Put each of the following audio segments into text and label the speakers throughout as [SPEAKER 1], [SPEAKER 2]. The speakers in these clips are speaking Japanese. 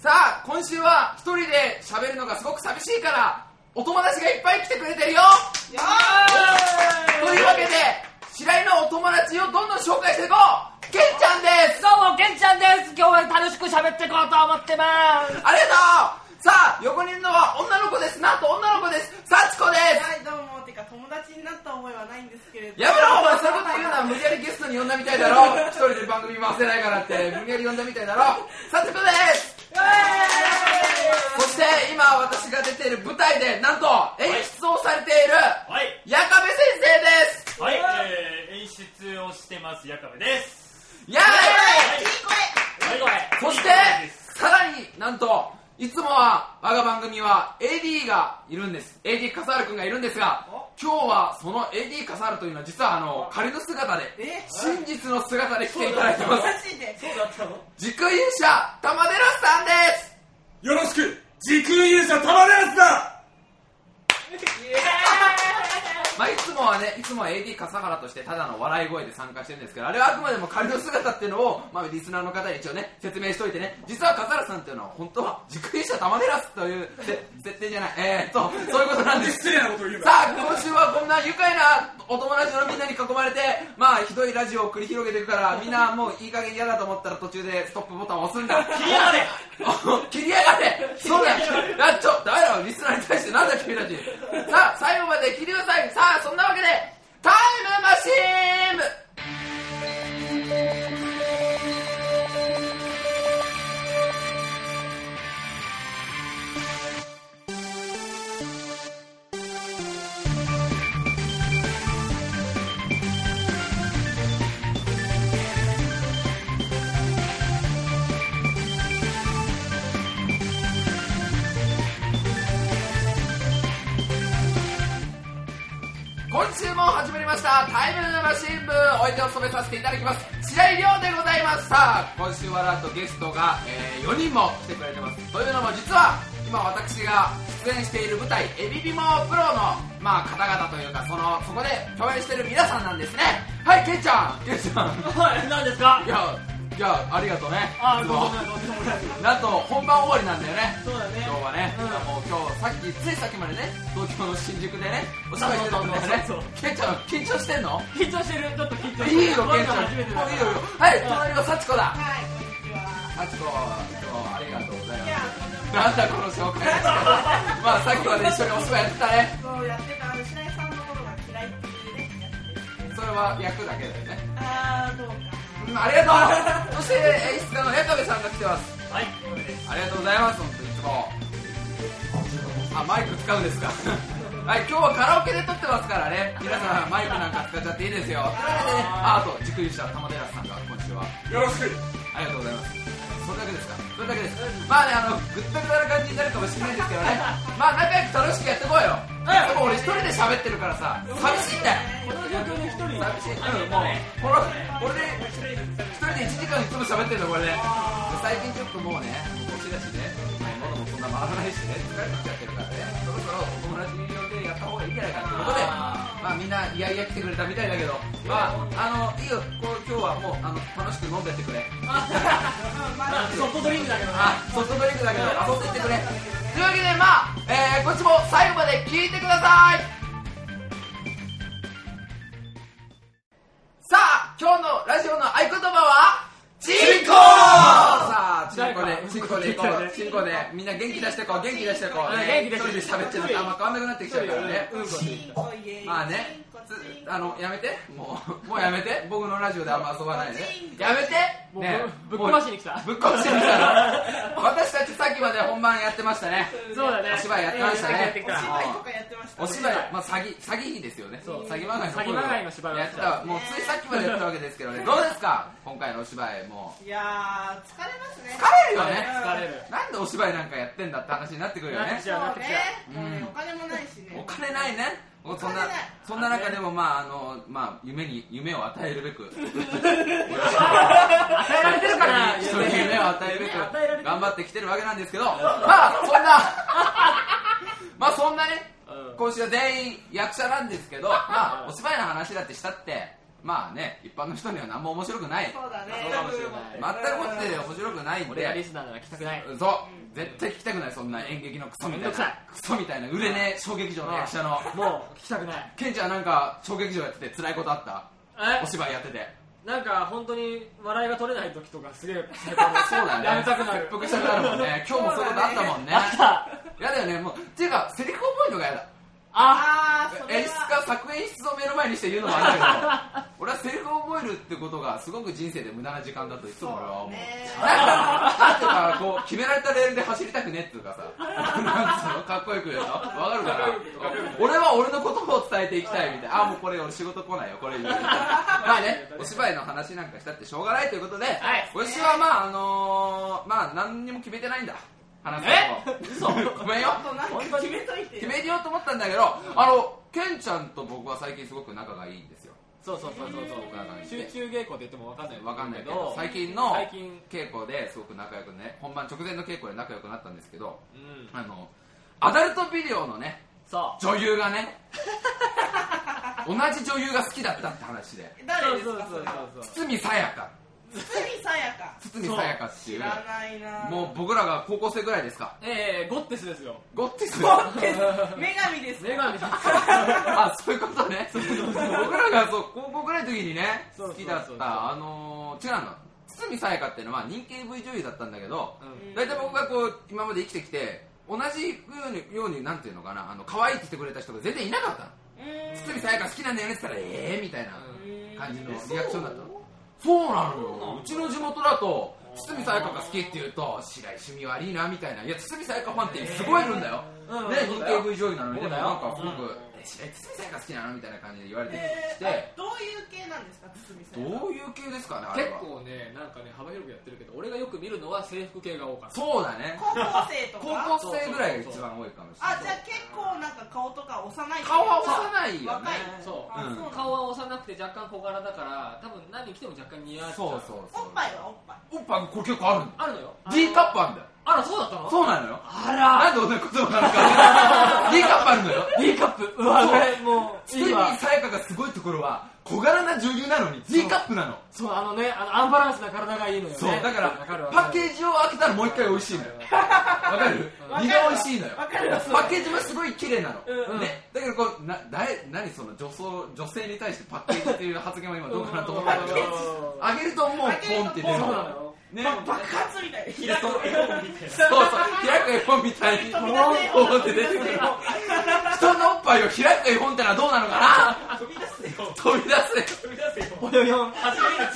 [SPEAKER 1] 今週は一人で喋るのがすごく寂しいからお友達がいっぱい来てくれてるよ
[SPEAKER 2] よ
[SPEAKER 1] というわけで白井のお友達をどんどん紹介していこうけんちゃんです
[SPEAKER 2] どうもけんちゃんです今日は楽しく喋っていこうと思ってます
[SPEAKER 1] ありがとうさあ横にいるのは女の子ですなんと女の子です幸子です
[SPEAKER 3] はい、どうも。てか、友達になった覚えはないんですけれど。
[SPEAKER 1] やめろお前そういうこと言うな無理やりゲストに呼んだみたいだろ一人で番組回せないからって無理やり呼んだみたいだろさてこですそして今私が出ている舞台でなんと演出をされている
[SPEAKER 4] はい、
[SPEAKER 1] 矢壁先生です
[SPEAKER 4] はい、えー、演出をしてます、矢壁です。
[SPEAKER 1] や
[SPEAKER 3] いい
[SPEAKER 4] はい、
[SPEAKER 1] ーいそしてさらになんといつもは我が番組は AD がいるんです AD 笠原君がいるんですが今日はその AD 笠原というのは実はあの仮の姿で
[SPEAKER 3] え
[SPEAKER 1] 真実の姿で来ていただいてます
[SPEAKER 3] 声マジで。
[SPEAKER 4] そうだったの
[SPEAKER 1] 実行勇者玉寺さんです
[SPEAKER 5] よろしく時空勇者玉ですだ
[SPEAKER 1] まあいつもはねいつもは AD 笠原としてただの笑い声で参加してるんですけどあれはあくまでも仮の姿っていうのを、まあ、リスナーの方に一応ね説明しておいてね実は笠原さんっていうのは本当は時空勇者玉寺というせ設定じゃないえー、っとそういうことなんです
[SPEAKER 5] 失礼なことを言う
[SPEAKER 1] さ
[SPEAKER 5] な
[SPEAKER 1] あ今週はこんな愉快なお友達のみんなに囲まれてまあひどいラジオを繰り広げていくからみんなもういい加減嫌だと思ったら途中でストップボタンを押すんだ 切りやがれ切りやがれそうだあちょダメだろリスナーに対してなんだ君たちさあ最後まで聞いてくださいさあそんなわけでタイムマシーン今週も始まりましたタイムマシン部お相手を務めさせていただきます白井亮でございますさあ今週はなんとゲストが、え4人も来てくれてますというのも実は今私が出演している舞台「エビビモプロの」まあ、方々というかそのそこで共演している皆さんなんですねはいケンちゃんケンちゃん
[SPEAKER 4] はい、何ですか
[SPEAKER 1] いやいやありがとうね
[SPEAKER 4] あー、
[SPEAKER 1] いつ
[SPEAKER 4] どうも
[SPEAKER 1] も
[SPEAKER 4] どうもどうもどうも
[SPEAKER 1] なんと本番終わりなんだよね
[SPEAKER 3] そうだね。
[SPEAKER 1] 今日はね、もう今日さっきついさっきまでね東京の新宿でねお芝居してたんだよね
[SPEAKER 4] そうそう
[SPEAKER 1] ケンちゃん緊張してんの
[SPEAKER 4] 緊張してる、ちょっと緊張
[SPEAKER 1] いいよケンちゃんもういいよ
[SPEAKER 4] 初めてだから
[SPEAKER 1] はい隣の幸子だ
[SPEAKER 3] はい、こんに
[SPEAKER 1] 幸
[SPEAKER 3] ちは。
[SPEAKER 1] 子今日ありがとうございま
[SPEAKER 3] いや、
[SPEAKER 1] すなんだこの紹介まあさっきまで一緒にお芝居やってたね
[SPEAKER 3] そうやってた、あの、白井さんのことが嫌いっていうね、やってて。
[SPEAKER 1] それは役だけだよね
[SPEAKER 3] あー、どうか
[SPEAKER 1] うんありがとうそして演出家の矢壁さんが来てます
[SPEAKER 4] はい、これです。
[SPEAKER 1] ありがとうございます本当にいつもあマイク使うんですか はい今日はカラオケで撮ってますからね皆さんマイクなんか使っちゃっていいですよというわけでねああと軸にした玉寺さんが今週は
[SPEAKER 5] よろしく
[SPEAKER 1] ありがとうございます。それだけですか。それだけです。まあね、あの、ぐったくなる感じになるかもしれないですけどね。まあ、仲良く楽しくやってこうよ。でも俺一人で喋ってるからさ、寂しいんだよ。
[SPEAKER 4] この状況で一人に
[SPEAKER 1] 寂しい。うん、もう、この、これで、一人で1時間いつも喋ってるの、これで。で最近ちょっともうね、年だしね、喉もそんな回らないしね、疲れてきちゃってるからね、そろそろお友達に呼んでやった方がいいんじゃないかってことで、まあみんな、いやいや来てくれたみたいだけど、まあ、あの、いいよ、こう今日はもう、あの、楽しく飲んでってくれ。
[SPEAKER 4] ソフトドリンクだけど
[SPEAKER 1] あ、ソフトドリンクだけど遊んでいってくれ。というわけで、まあ、えーこっちも最後まで聞いてください。さあ、今日のラジオの合言葉は、チンコさあ、チンコで、チンコで行こう。チンコで、みんな元気出してこう、元気出してこう。
[SPEAKER 4] 元気出
[SPEAKER 1] 一
[SPEAKER 4] し
[SPEAKER 1] 人で
[SPEAKER 4] て
[SPEAKER 1] 喋ってるとあんま変わんなくなってきちゃうからね。
[SPEAKER 3] な。チンコイエイ。
[SPEAKER 1] まあね、つあの、やめて。もう、もうやめて。僕のラジオであんま遊ばないで。やめて
[SPEAKER 4] もう
[SPEAKER 1] ね
[SPEAKER 4] ぶぶっ壊しに来た
[SPEAKER 1] ぶっ壊してみたら私たちさっきまで本番やってましたね
[SPEAKER 4] そうだね
[SPEAKER 1] お芝居やってましたね
[SPEAKER 4] やってきたやってき
[SPEAKER 3] 芝居とかやってました。
[SPEAKER 1] お芝居、まあ、詐欺詐欺ですよねそう詐欺まがいの
[SPEAKER 4] 詐欺まがいの芝居を
[SPEAKER 1] やってたもうついさっきまでやったわけですけどねどうですか今回のお芝居もう
[SPEAKER 3] いやー、疲れますね。
[SPEAKER 1] 疲れるよ
[SPEAKER 4] た
[SPEAKER 1] ね
[SPEAKER 4] 疲れる
[SPEAKER 1] なんでお芝居なんかやってんだって話になってくるよ
[SPEAKER 4] なっ
[SPEAKER 1] ね
[SPEAKER 4] てきちゃうなっ
[SPEAKER 3] そう
[SPEAKER 4] てきちゃ
[SPEAKER 3] ね。もうねお金もないし
[SPEAKER 1] お
[SPEAKER 3] ね。
[SPEAKER 1] 金ないねそんな
[SPEAKER 3] お金ない
[SPEAKER 1] そんな中でもまああのまあ夢に夢を与えるべく
[SPEAKER 4] う与えられてるから
[SPEAKER 1] 人に夢を与えるべく
[SPEAKER 4] 夢を与えられてる
[SPEAKER 1] 頑張ってきてるわけなんですけどまあそんなまあそんなね
[SPEAKER 4] うん
[SPEAKER 1] 今週は全員役者なんですけど、まあ、お芝居の話だってしたって、まあね一般の人には何も面白くない
[SPEAKER 3] そうだね
[SPEAKER 2] そうかもしれない
[SPEAKER 1] 全くもって面白くないん
[SPEAKER 2] 俺がリ
[SPEAKER 1] で
[SPEAKER 2] スナーなら来たくない
[SPEAKER 1] そう絶対聞きたくないそんな演劇のクソみたい
[SPEAKER 2] めんどく
[SPEAKER 1] な
[SPEAKER 2] さい
[SPEAKER 1] クソみたいな売れねえ小劇場の役者の
[SPEAKER 2] もう聞きたくない
[SPEAKER 1] ケンちゃんなんか小劇場やってて辛いことあったお
[SPEAKER 2] え
[SPEAKER 1] 芝居やってて
[SPEAKER 2] なんか本当に笑いが取れない時とかすげえそう
[SPEAKER 1] そうだよね
[SPEAKER 2] やめたくなる
[SPEAKER 1] 切腹したくなるもんね 今日もそういうことあったもんね
[SPEAKER 2] あった
[SPEAKER 1] やだよねもうっていうかセリフ覚えるのがやだ
[SPEAKER 2] あ
[SPEAKER 3] あーそれ
[SPEAKER 1] 演出
[SPEAKER 3] は
[SPEAKER 1] 家作演出を目の前にして言うのもあるんだけど俺はセリフを覚えるってことがすごく人生で無駄な時間だといつも俺は思う
[SPEAKER 3] ね
[SPEAKER 1] だからなんていうかこう決められたレールで走りたくねっていうかさなんつうのかっこよく言うのわかるかな俺は俺の言葉を伝えていきたいみたいなあもうこれ俺仕事来ないよこれ言うまあねお芝居の話なんかしたってしょうがないということで、
[SPEAKER 2] い
[SPEAKER 1] ご一緒はまああのーまあ何にも決めてないんだ話すこともごめんよ
[SPEAKER 3] ちょっとなんか決めといて
[SPEAKER 1] 決
[SPEAKER 3] よ
[SPEAKER 1] めようと思ったんだけどあのケンちゃんと僕は最近すごく仲がいいんですよ
[SPEAKER 2] そうそうそうそうそう
[SPEAKER 1] 僕らがいて
[SPEAKER 2] 集中稽古って言っても分かんない
[SPEAKER 1] わかんないけど最近の
[SPEAKER 2] 最近
[SPEAKER 1] 稽古ですごく仲良くね本番直前の稽古で仲良くなったんですけど
[SPEAKER 2] うん
[SPEAKER 1] あのアダルトビデオのね
[SPEAKER 2] そう
[SPEAKER 1] 女優が ね同じ女優が好きだったって話で
[SPEAKER 3] 誰です
[SPEAKER 2] そう
[SPEAKER 3] か
[SPEAKER 2] そうそうそう
[SPEAKER 1] 堤さやか
[SPEAKER 3] 堤さやか
[SPEAKER 1] 堤さやかってい
[SPEAKER 3] 知
[SPEAKER 1] う
[SPEAKER 3] らないな
[SPEAKER 1] もう僕らが高校生ぐらいですか
[SPEAKER 2] ええゴッテスです よ
[SPEAKER 1] ゴッティス
[SPEAKER 3] 女神です
[SPEAKER 2] 女神ですよ
[SPEAKER 1] あそういうことね僕らがそう高校ぐらいの時にね
[SPEAKER 2] そうそ
[SPEAKER 1] 好
[SPEAKER 2] うそう
[SPEAKER 1] きだったあのー違うの堤さやかっていうのは人気 AV 女優だったんだけど
[SPEAKER 2] うん
[SPEAKER 1] 大体僕がこう今まで生きてきて同じようにようになんていうのかなあの可愛いって言ってくれた人が全然いなかったの堤さやか好きなんだよねって言ったらええー、みたいな感じのリアクションだったのそうなのようちの地元だと堤さやかが好きって言うと白石美悪いなみたいないや堤さやかファンってすごいいるんだよ、
[SPEAKER 2] うん
[SPEAKER 1] ね
[SPEAKER 2] うん
[SPEAKER 1] 人気 AV 女優なのにで
[SPEAKER 2] そう
[SPEAKER 1] も
[SPEAKER 2] だ
[SPEAKER 1] なん
[SPEAKER 2] よ
[SPEAKER 1] かすごく「え白井堤さやか好きなの?」みたいな感じで言われてきて
[SPEAKER 3] えーどういう系なんですか堤さやか
[SPEAKER 1] どういう系ですかねあれ
[SPEAKER 2] 結
[SPEAKER 1] は
[SPEAKER 2] 構ねなんかね幅広くやってるけど俺がよく見るのは制服系が多かった
[SPEAKER 1] そうだね
[SPEAKER 3] 高校生と
[SPEAKER 1] 高
[SPEAKER 3] か
[SPEAKER 1] 校生ぐらいが一番多いかもしれ
[SPEAKER 3] あ
[SPEAKER 1] な
[SPEAKER 3] じゃあ
[SPEAKER 1] い
[SPEAKER 3] 結構なんか顔とか幼い
[SPEAKER 1] 顔は幼いよね
[SPEAKER 3] 若い
[SPEAKER 2] そう
[SPEAKER 3] あそうなんだ
[SPEAKER 2] 顔は幼くて若干小柄だから多分何着ても若干似合っちゃう
[SPEAKER 1] そうそうそう
[SPEAKER 3] おっぱいはおっぱい
[SPEAKER 1] おっぱいこれ結構あるの
[SPEAKER 2] あるのよ
[SPEAKER 1] D カップあるんだよ
[SPEAKER 2] あらそうだったの
[SPEAKER 1] そうなのよ
[SPEAKER 2] あ
[SPEAKER 1] なんで同じことなのか D カップあるのよ
[SPEAKER 2] ら D カップうわ
[SPEAKER 1] そう
[SPEAKER 2] これもうい
[SPEAKER 1] 堤
[SPEAKER 2] いわ
[SPEAKER 1] さやかがすごいところは小柄な女優なのに D カップなの
[SPEAKER 2] そうあのねあのアンバランスな体がいいのよね
[SPEAKER 1] そうだから
[SPEAKER 2] わかるわ
[SPEAKER 1] パ
[SPEAKER 2] かる
[SPEAKER 1] ッケージを開けたらもう一回美味しいのよわかる
[SPEAKER 3] わ
[SPEAKER 1] 身が美味しいのよ
[SPEAKER 3] わかるわ
[SPEAKER 1] パッケージもすごい綺麗なの、
[SPEAKER 2] うん
[SPEAKER 1] ね、だけどこうな誰何その女装女性に対してパッケージっていう発言は今どうかなと思ったけどあげるともうポンって
[SPEAKER 2] そう
[SPEAKER 1] 出
[SPEAKER 2] な
[SPEAKER 1] るの
[SPEAKER 2] のよ
[SPEAKER 1] ね
[SPEAKER 3] ば爆発みたい
[SPEAKER 4] 開く絵本みたい
[SPEAKER 1] そうそう開く絵本みたいにポンポンって出てくるの人のおっぱいを開く絵本ってのはどうなのか
[SPEAKER 4] な飛び出せよ
[SPEAKER 1] な飛び出せ
[SPEAKER 4] 飛び出せよ
[SPEAKER 2] ぽよよん
[SPEAKER 4] 初めて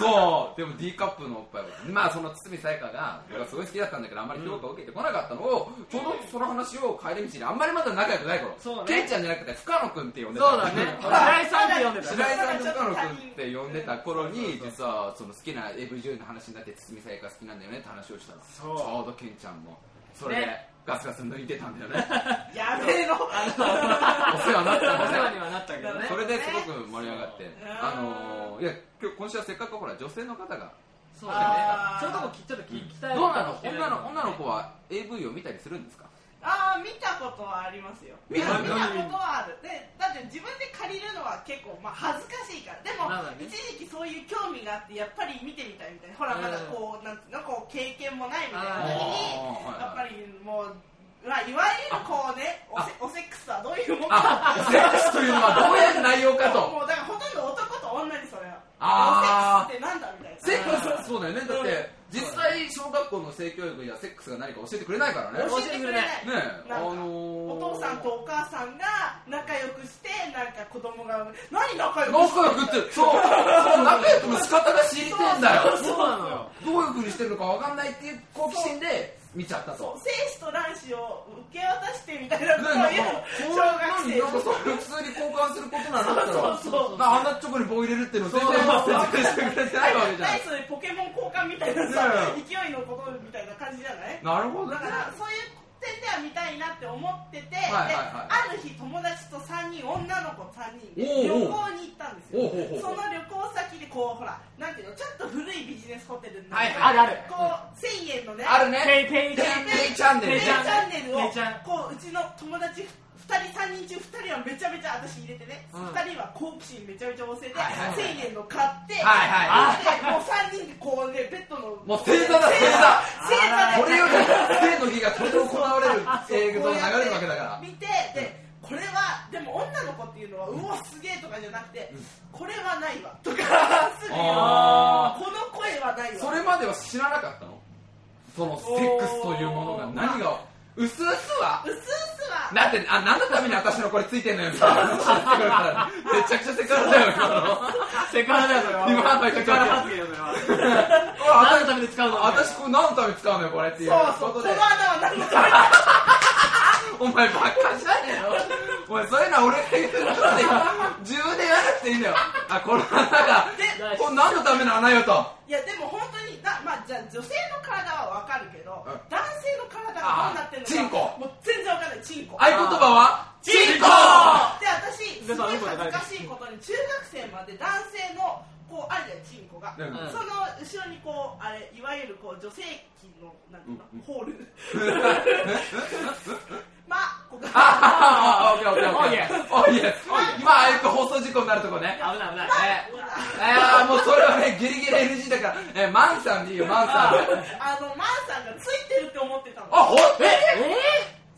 [SPEAKER 1] そうでも D カップのおっぱいはまあその堤さやかが僕はすごい好きだったんだけどあんまり評価を受けてこなかったのをちょうどその話を帰り道にあんまりまだ仲良くない頃
[SPEAKER 2] そうね
[SPEAKER 1] ケンちゃんじゃなくて深野君って呼んでた
[SPEAKER 2] そうだね白井さんって呼んでた
[SPEAKER 1] 白井さんと深野君って呼んでた頃に実はその好きな AV 女優の話になって堤さやか好きなんだよねって話をしたらち
[SPEAKER 2] そう
[SPEAKER 1] ょうどケンちゃんもそれで
[SPEAKER 2] ね
[SPEAKER 1] ガスガス抜いてたんだよね
[SPEAKER 3] やべえの
[SPEAKER 2] お世話に
[SPEAKER 1] お世話になったんだよね
[SPEAKER 2] はなったけどね
[SPEAKER 1] それですごく盛り上がってあのーいや今日今週はせっかくほら女性の方が
[SPEAKER 2] そうだ
[SPEAKER 3] あー
[SPEAKER 2] ねそういうとこきちょっと聞きたい
[SPEAKER 1] どうなの
[SPEAKER 2] 聞きたい
[SPEAKER 1] 女の女の子は AV を見たりするんですか
[SPEAKER 3] ああ見たことはありますよ
[SPEAKER 1] 見
[SPEAKER 3] 見
[SPEAKER 1] たこ
[SPEAKER 3] た
[SPEAKER 1] と
[SPEAKER 3] ことはあるでだって自分で借りるのは結構まあ恥ずかしいからでも、
[SPEAKER 2] まあまあね
[SPEAKER 3] 一時期そういう興味があってやっぱり見てみたいみたいなほら
[SPEAKER 2] うん
[SPEAKER 3] まだこうなんていうのこう経験もないみたいな時にやっぱ
[SPEAKER 1] あ
[SPEAKER 3] りもう、まあ、いわゆるこうねおせおセックスはどういうもんか
[SPEAKER 1] あセックスというのはどういう内容かと
[SPEAKER 3] もうだからほとんど男と女にそれは
[SPEAKER 1] あー
[SPEAKER 3] おセックスってなんだみたいな
[SPEAKER 1] セックスそうだよねだって実際小学校の性教育ではセックスが何か教えてくれないからねね
[SPEAKER 2] 教
[SPEAKER 3] 教えてくれない
[SPEAKER 1] えあ
[SPEAKER 3] なんか
[SPEAKER 1] の
[SPEAKER 3] お父さんとお母さんが仲良くしてなんか子供が何仲良くして
[SPEAKER 1] 仲良くってそうそう仲良くの仕方が知りてえんだよ
[SPEAKER 2] そうなのよ
[SPEAKER 1] どういうふうにしてるのか分かんないっていう好奇心で見ちゃった
[SPEAKER 3] そ
[SPEAKER 1] と
[SPEAKER 3] う精子と卵子を受け渡してみたいな
[SPEAKER 1] ね
[SPEAKER 3] こ
[SPEAKER 1] な
[SPEAKER 3] とを
[SPEAKER 1] んか
[SPEAKER 3] 言う
[SPEAKER 1] そう
[SPEAKER 3] 小学
[SPEAKER 1] な
[SPEAKER 3] 生
[SPEAKER 1] んかそう普通に交換することなんだったら
[SPEAKER 3] そうそうそう
[SPEAKER 1] なあんなチョコに棒入れるっていうの全然説明してくれてないわけじゃん
[SPEAKER 3] 何それポケモン交換みたいなさ勢いのことみたいな感じじゃない
[SPEAKER 1] なるほどね
[SPEAKER 3] だからそういう点では見たいなって思ってて、
[SPEAKER 1] はいはい
[SPEAKER 3] で
[SPEAKER 1] は
[SPEAKER 3] ある日友達と3人女の子3人で
[SPEAKER 1] お
[SPEAKER 3] 旅行
[SPEAKER 1] うおう
[SPEAKER 3] に行ったんですよ
[SPEAKER 1] おうおうおう
[SPEAKER 3] その旅行先でこうほらなんていうのちょっと古いビジネスホテルにな
[SPEAKER 1] はい
[SPEAKER 3] って、
[SPEAKER 1] はい
[SPEAKER 2] あるある
[SPEAKER 3] こう1000円のね
[SPEAKER 1] あるね
[SPEAKER 2] ペイペイちゃん
[SPEAKER 1] ペイペイチャンネルね
[SPEAKER 3] ペイチャンネルを
[SPEAKER 2] ペイチャン
[SPEAKER 3] こううちの友達2人3人中2人はめちゃめちゃ私入れてね、
[SPEAKER 1] うん
[SPEAKER 3] 2人は好奇心めちゃめちゃ旺盛で、
[SPEAKER 1] はいはいはい
[SPEAKER 3] 1000円の買って、
[SPEAKER 1] はい
[SPEAKER 3] でもう3人でこうねベッドの
[SPEAKER 1] もう正座だ正座
[SPEAKER 3] 正座で
[SPEAKER 1] これより生の日がこれで行われる映像が流れるわけだから
[SPEAKER 3] 見てでこれはでも女の子っていうのはうおすげえとかじゃなくて、これはないわとかすぐ言う
[SPEAKER 1] あ
[SPEAKER 3] この声はないわ
[SPEAKER 1] それまでは知らなかったのそのセックスというものが何がうすうすは
[SPEAKER 3] うすうすは
[SPEAKER 1] だってあ何のために私のこれついてんのよみたいな話してくるからめちゃくちゃセクハラだよ
[SPEAKER 2] セクハラだよ、それは。
[SPEAKER 1] 今の人
[SPEAKER 2] セクハラ発言だよ、それは。何のために使うの
[SPEAKER 1] 私これ何のために使うのよこれっていう
[SPEAKER 3] そう
[SPEAKER 1] こ
[SPEAKER 3] そうこと
[SPEAKER 1] で
[SPEAKER 3] の穴は何のために
[SPEAKER 1] お前バカじゃねえよお前そういうのは俺が言うので自分で言わなくていいんだよあこの穴が
[SPEAKER 3] で
[SPEAKER 1] これ何のための穴よと
[SPEAKER 3] いやでも本当にな、まあ、じゃあ女性の体はわかるけど、
[SPEAKER 1] うん
[SPEAKER 3] 男性の体がどうなってるのか
[SPEAKER 1] あーチンコ
[SPEAKER 3] もう全然わかんないチンコ
[SPEAKER 1] 合言葉はチンコ
[SPEAKER 3] で私す
[SPEAKER 2] で
[SPEAKER 3] ご
[SPEAKER 2] まあうん
[SPEAKER 3] い
[SPEAKER 2] こじゃ
[SPEAKER 3] 恥
[SPEAKER 2] ない
[SPEAKER 3] ずかしいことに中学生まで男性のこうあるじゃんチンコが、
[SPEAKER 1] うん
[SPEAKER 3] その後ろにこうあれいわゆるこう女性器のなんていうの、
[SPEAKER 1] うんうん
[SPEAKER 3] ホールまあここ
[SPEAKER 1] ああ、オッケーオッケーオ
[SPEAKER 2] Oh,
[SPEAKER 1] ッ
[SPEAKER 2] yes.
[SPEAKER 1] ケー。オーイエス。今、えっと、放送事故になるとこね。
[SPEAKER 2] 危ない危ない。
[SPEAKER 1] えー、もうそれはね、ギリギリ NG だから、えー、マンさんでいいよ、マンさん。
[SPEAKER 3] あのマンさんがついてるって思ってた
[SPEAKER 1] あ、
[SPEAKER 3] の
[SPEAKER 1] ほんえ
[SPEAKER 2] え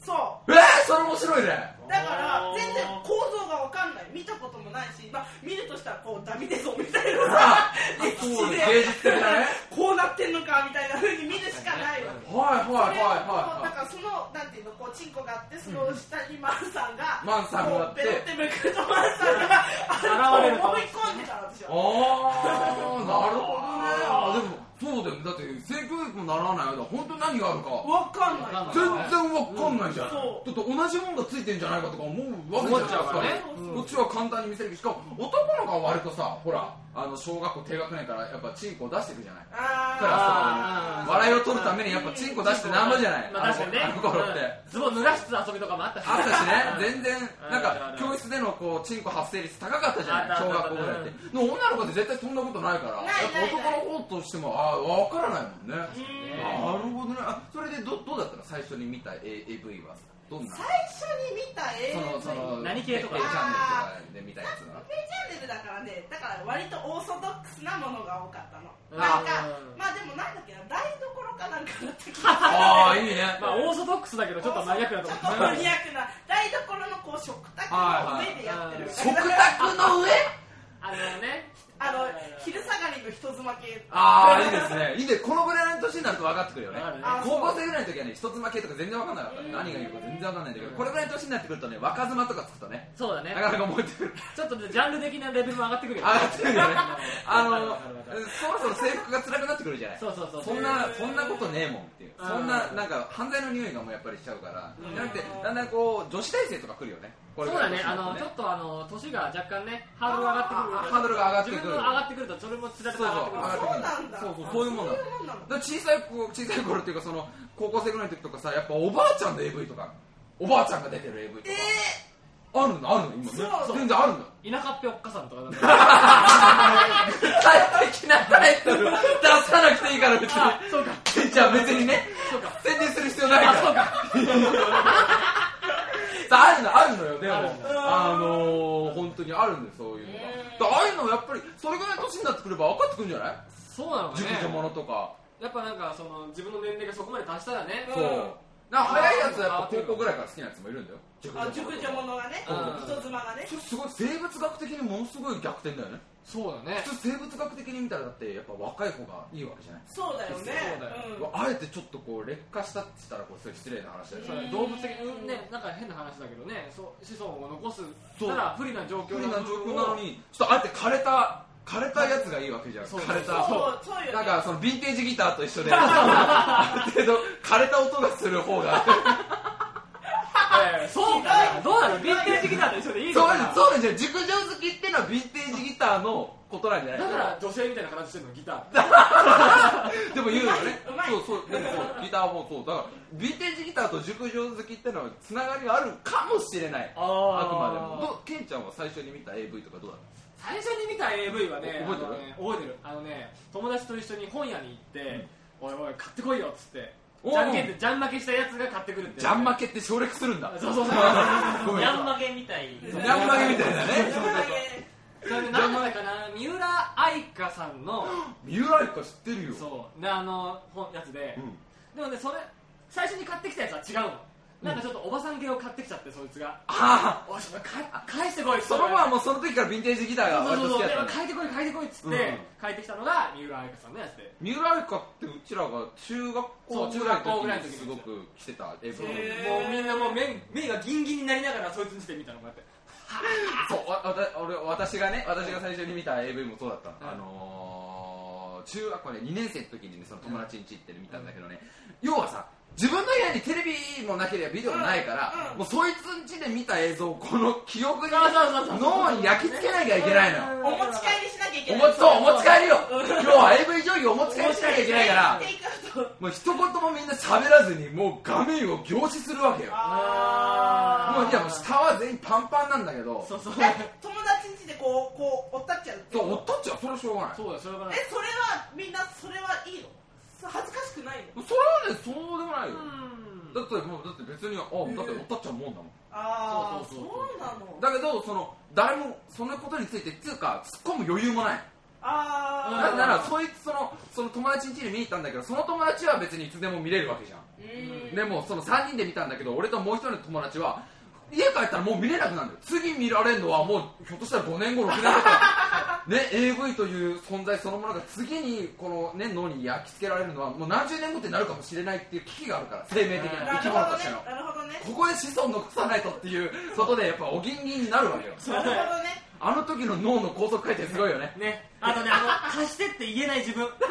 [SPEAKER 3] そう
[SPEAKER 1] えー、それ面白いね。
[SPEAKER 3] だから全然構造がわかんない見たこともないし、まあ、見るとしたらこうダビデ像みたいな
[SPEAKER 1] あ
[SPEAKER 3] さ
[SPEAKER 1] そ
[SPEAKER 3] 歴
[SPEAKER 1] う
[SPEAKER 3] 史で
[SPEAKER 1] 芸術的なね
[SPEAKER 3] こうなってんのかみたいなふうに見るしかないわけ
[SPEAKER 1] はいはい
[SPEAKER 3] それ
[SPEAKER 1] は
[SPEAKER 3] をこうだからそのなんていうのこうチンコがあってその下にマンさんが
[SPEAKER 1] マンさんがあって
[SPEAKER 3] こうベロってめくるとマンさ
[SPEAKER 2] 現れ
[SPEAKER 3] んがある
[SPEAKER 2] ると
[SPEAKER 3] と思い込んでたの私
[SPEAKER 1] いはい。あー、な
[SPEAKER 3] は
[SPEAKER 1] るほどね。あでも、そうだよね。だって、性教育もならない間、本当に何があるか。
[SPEAKER 3] わかんない
[SPEAKER 2] わかんない
[SPEAKER 1] 全然わかんないじゃん、
[SPEAKER 3] うん
[SPEAKER 1] だって同じもんがついてんじゃないかとか思うわけじゃないで
[SPEAKER 2] 思
[SPEAKER 1] すか
[SPEAKER 2] っちゃうから
[SPEAKER 1] うんこっちは簡単に
[SPEAKER 3] ね
[SPEAKER 1] 見せるけどしかも男の子は割とさほらあの小学校低学年からやっぱチンコを出していくじゃない
[SPEAKER 3] あー
[SPEAKER 1] 笑いを取るためにやっぱチンコ出してなんぼじゃない、
[SPEAKER 2] まあ確かにね
[SPEAKER 1] あの頃って、。
[SPEAKER 2] ズボン濡らす遊びとかもあったし。
[SPEAKER 1] あったしね、全然、
[SPEAKER 2] うん
[SPEAKER 1] な
[SPEAKER 2] あ
[SPEAKER 1] んか
[SPEAKER 2] るある
[SPEAKER 1] 教室でのこうチンコ発生率高かったじゃない、
[SPEAKER 2] あった
[SPEAKER 1] 小
[SPEAKER 2] あった
[SPEAKER 1] 学校ぐらいって。でも女の子って絶対そんなことないから、
[SPEAKER 3] ない
[SPEAKER 1] やっぱ
[SPEAKER 3] ないない
[SPEAKER 1] 男の方としても、ああ、わからないもんね。
[SPEAKER 3] う
[SPEAKER 1] なるほど
[SPEAKER 3] ん
[SPEAKER 1] ね。あそれでどどうだったの最初に見た A- AV はどんな
[SPEAKER 3] 最初に見た映
[SPEAKER 1] そ
[SPEAKER 3] 像
[SPEAKER 1] のその
[SPEAKER 2] 何系とか
[SPEAKER 1] ペイチャンネルとかで見たやつ
[SPEAKER 3] カ
[SPEAKER 1] な
[SPEAKER 3] フェチャンネルだからねだから割とオーソドックスなものが多かった
[SPEAKER 2] う
[SPEAKER 3] の
[SPEAKER 2] ん
[SPEAKER 3] なんか
[SPEAKER 2] うん
[SPEAKER 3] まあでもなんだっけな台所かなんかだった気が
[SPEAKER 1] ああいいね
[SPEAKER 2] まあ、オーソドックスだ けど、ちょっとマニアックだと
[SPEAKER 3] ちょ
[SPEAKER 2] 思
[SPEAKER 3] っとマニ
[SPEAKER 2] う。
[SPEAKER 3] アックな台所のこう食卓の上でやってる
[SPEAKER 1] 食卓の上
[SPEAKER 2] あのね。
[SPEAKER 3] あの昼下がりの人妻系
[SPEAKER 1] ああいいですねいいねこのぐらいの年になると分かってくるよね
[SPEAKER 2] わかるね
[SPEAKER 1] 高校生ぐらいの時はね人妻系とか全然分かんなかった何がいいか全然分かんないんだけどこれぐらいの年になってくるとね若妻とかつくとね
[SPEAKER 2] そうだね
[SPEAKER 1] な。かなか燃えてくる
[SPEAKER 2] ちょっとねジャンル的なレベルも上がってくるよ
[SPEAKER 1] 上がってくるよねあ
[SPEAKER 2] わかるわか
[SPEAKER 1] の
[SPEAKER 2] る
[SPEAKER 1] そろそろ制服が辛くなってくるじゃない
[SPEAKER 2] そうそうそう
[SPEAKER 1] そんなそんなことねえもんっていう
[SPEAKER 2] うん
[SPEAKER 1] そんななんか犯罪の匂いがもうやっぱりしちゃうからじゃなくてだんだんこう女子大生とか来るよねこ
[SPEAKER 2] そう
[SPEAKER 1] れぐら
[SPEAKER 2] だね、
[SPEAKER 1] い年
[SPEAKER 2] あ
[SPEAKER 1] にな
[SPEAKER 2] の
[SPEAKER 1] ると
[SPEAKER 2] ちょっとあの年が若干ね、ハードルが上がってくる
[SPEAKER 1] あハードルが上がってくる
[SPEAKER 2] 自分の上がってくると、それもつられて上がってくる
[SPEAKER 1] そう
[SPEAKER 3] そうなんだ
[SPEAKER 1] そうそうこういうもんなの
[SPEAKER 3] そういうもんなの
[SPEAKER 1] だから小さい子小さい頃っていうかその高校生ぐらいの時とかさやっぱおばあちゃんの AV とかおばあちゃんが出てる AV とか、
[SPEAKER 3] え
[SPEAKER 1] あるんだあるの今ね
[SPEAKER 3] そう
[SPEAKER 1] 全然あるんだ
[SPEAKER 2] 田舎っぺおっかさんとかなんか
[SPEAKER 1] 具体的なタイトル出さなくていいから別
[SPEAKER 2] あそうか、
[SPEAKER 1] にじゃあ別にね
[SPEAKER 2] そうか、
[SPEAKER 1] 宣伝する必要ないからそう かあるのあるのよでも
[SPEAKER 2] ある
[SPEAKER 1] あのー、本当にあるんだよそういうのがだからああいうのやっぱりそれぐらいの年になってくれば分かってくるんじゃない
[SPEAKER 2] そうなのかね
[SPEAKER 1] 熟、女ものとか
[SPEAKER 2] やっぱなんかその、自分の年齢がそこまで達したらね、
[SPEAKER 1] そうなんか早いやつはやっぱ高校ぐらいから好きなやつもいるんだよ熟
[SPEAKER 3] あ熟女ものがね
[SPEAKER 2] うん
[SPEAKER 3] 人妻がね
[SPEAKER 1] それすごい生物学的にものすごい逆転だよね
[SPEAKER 2] そうだね、
[SPEAKER 1] 普通生物学的に見たらだってやっぱ若い方がいいわけじゃない、
[SPEAKER 3] そうだよね
[SPEAKER 2] そうだよ
[SPEAKER 3] うん
[SPEAKER 1] あえてちょっとこう劣化したって言ったらこうそれ失礼な話だよ
[SPEAKER 2] そうだね動物的にね、なんか変な話だけどね、そう子孫を残す
[SPEAKER 1] そう
[SPEAKER 2] なら不利な状
[SPEAKER 1] 不
[SPEAKER 2] 況
[SPEAKER 1] 利な状況なのにちょっとあえて枯れた枯れたやつがいいわけじゃん
[SPEAKER 2] そう
[SPEAKER 1] 枯れた
[SPEAKER 3] そうそうよね
[SPEAKER 1] なんかそのヴィンテージギターと一緒である程度枯れた音がする方が
[SPEAKER 2] ええそうかな、どうなの、ヴィンテージギターと一緒でいいの
[SPEAKER 1] そう
[SPEAKER 2] か
[SPEAKER 1] なん
[SPEAKER 2] な
[SPEAKER 1] ですそうなんですよ熟女好きってのはヴィンテージギターのことなんじゃない
[SPEAKER 2] だから女性みたいな形してるの、ギターって。
[SPEAKER 1] でも言うよね
[SPEAKER 3] うまい
[SPEAKER 1] そうそうでもそうギターもそうだからヴィンテージギターと熟女好きってのはつながりがあるかもしれない
[SPEAKER 2] あー
[SPEAKER 1] あくまでもどうケンちゃんは最初に見た AV とかどうだっ
[SPEAKER 2] 最初に見た AV はね
[SPEAKER 1] 覚えてる
[SPEAKER 2] あのね覚えてるあのね友達と一緒に本屋に行って、おいおい買ってこいよっつって
[SPEAKER 4] じゃんけんでジャン負けしたやつが買ってくるって
[SPEAKER 1] ジャン 負けって省略するんだ
[SPEAKER 4] そうそうそう
[SPEAKER 1] ごめん
[SPEAKER 6] ヤンマゲみたい
[SPEAKER 1] ジャン負けみたいなね
[SPEAKER 4] それで何だったかな三浦愛華さんの
[SPEAKER 1] 三浦愛花知ってるよ
[SPEAKER 4] そうであの本やつで、
[SPEAKER 1] うん
[SPEAKER 4] でもねそれ最初に買ってきたやつは違うのなんかちょっとおばさん系を買ってきちゃってそいつが
[SPEAKER 1] ああ
[SPEAKER 4] おいそれか返してこい
[SPEAKER 1] そのまはもうその時からヴィンテージギターが
[SPEAKER 4] そ
[SPEAKER 1] 割
[SPEAKER 4] うそう
[SPEAKER 1] と好きだっ
[SPEAKER 4] そうで
[SPEAKER 1] たんだ
[SPEAKER 4] 書いてこい書いてこいっつっ
[SPEAKER 1] う
[SPEAKER 4] て、
[SPEAKER 1] ん
[SPEAKER 4] 書いてきたのが三浦愛華さんのやつで
[SPEAKER 1] 三浦愛花ってうちらが中学校
[SPEAKER 4] そう中学校
[SPEAKER 1] ぐ
[SPEAKER 4] ぐ
[SPEAKER 1] ら
[SPEAKER 4] ら
[SPEAKER 1] いの時
[SPEAKER 4] いの
[SPEAKER 1] にす
[SPEAKER 4] 時に
[SPEAKER 1] ごく来てた映像
[SPEAKER 4] もうみんなもう目目がギンギンになりながらそいつにして見たのこうやって
[SPEAKER 1] そうわわた俺私がね私が最初に見た AV もそうだったの、
[SPEAKER 4] うん
[SPEAKER 1] あのー、中学校ね2年生の時にねその友達ん家行ってね見たんだけどね、要はさ自分の部屋にテレビもなければビデオもないから、
[SPEAKER 3] うん
[SPEAKER 1] もうそいつん家で見た映像をこの記憶に
[SPEAKER 4] そうそうそうそう
[SPEAKER 1] 脳に焼き付けなきゃいけないのよ
[SPEAKER 3] お持ち帰りしなきゃいけ
[SPEAKER 1] お
[SPEAKER 3] ない
[SPEAKER 1] 持ちそうお持ち帰りよ今日は AV 上映お持ち帰りしなきゃいけないから
[SPEAKER 3] テイクアウト
[SPEAKER 1] もう一言もみんな喋らずにもう画面を凝視するわけよ
[SPEAKER 3] あ
[SPEAKER 1] もういやもう下は全員パンパンなんだけど
[SPEAKER 4] そうそう
[SPEAKER 3] ーえ友達ん家でこうこう追ったっちゃうって
[SPEAKER 1] そうおっとっちゃそれはしょうがない
[SPEAKER 4] そうだそれ
[SPEAKER 3] え
[SPEAKER 4] がね
[SPEAKER 3] それはみんなそれはいいのそ恥ずかしくないの
[SPEAKER 1] それはねそうでもないよだってもうだって別にあだっておったっちゃうもんだもん
[SPEAKER 3] ああ
[SPEAKER 4] そ
[SPEAKER 3] そうう
[SPEAKER 4] そうそう
[SPEAKER 3] なの
[SPEAKER 1] だけどその誰もそのことについてつうか突っ込む余裕もない
[SPEAKER 3] ああ
[SPEAKER 1] なぜならそいつそのその友達ん家に見に行ったんだけどその友達は別にいつでも見れるわけじゃん
[SPEAKER 3] うん
[SPEAKER 1] でもその3人で見たんだけど俺ともう一人の友達は家帰ったらもう見れなくなるのよ次見られるのはもうひょっとしたら5年後6年後とかね AV という存在そのものが次にこの、ね、脳に焼き付けられるのはもう何十年後ってなるかもしれないっていう危機があるから生命的な
[SPEAKER 3] な
[SPEAKER 1] 生き
[SPEAKER 3] る
[SPEAKER 1] 物
[SPEAKER 3] ほど
[SPEAKER 1] とし
[SPEAKER 3] ね
[SPEAKER 1] ての。
[SPEAKER 3] なるほどね
[SPEAKER 1] ここで子孫残さないとっていうことでやっぱおぎんぎんになるわけよ
[SPEAKER 3] なるほどね
[SPEAKER 1] あの時の脳の高速回転すごいよね
[SPEAKER 4] ねあとねあの貸してって言えない自分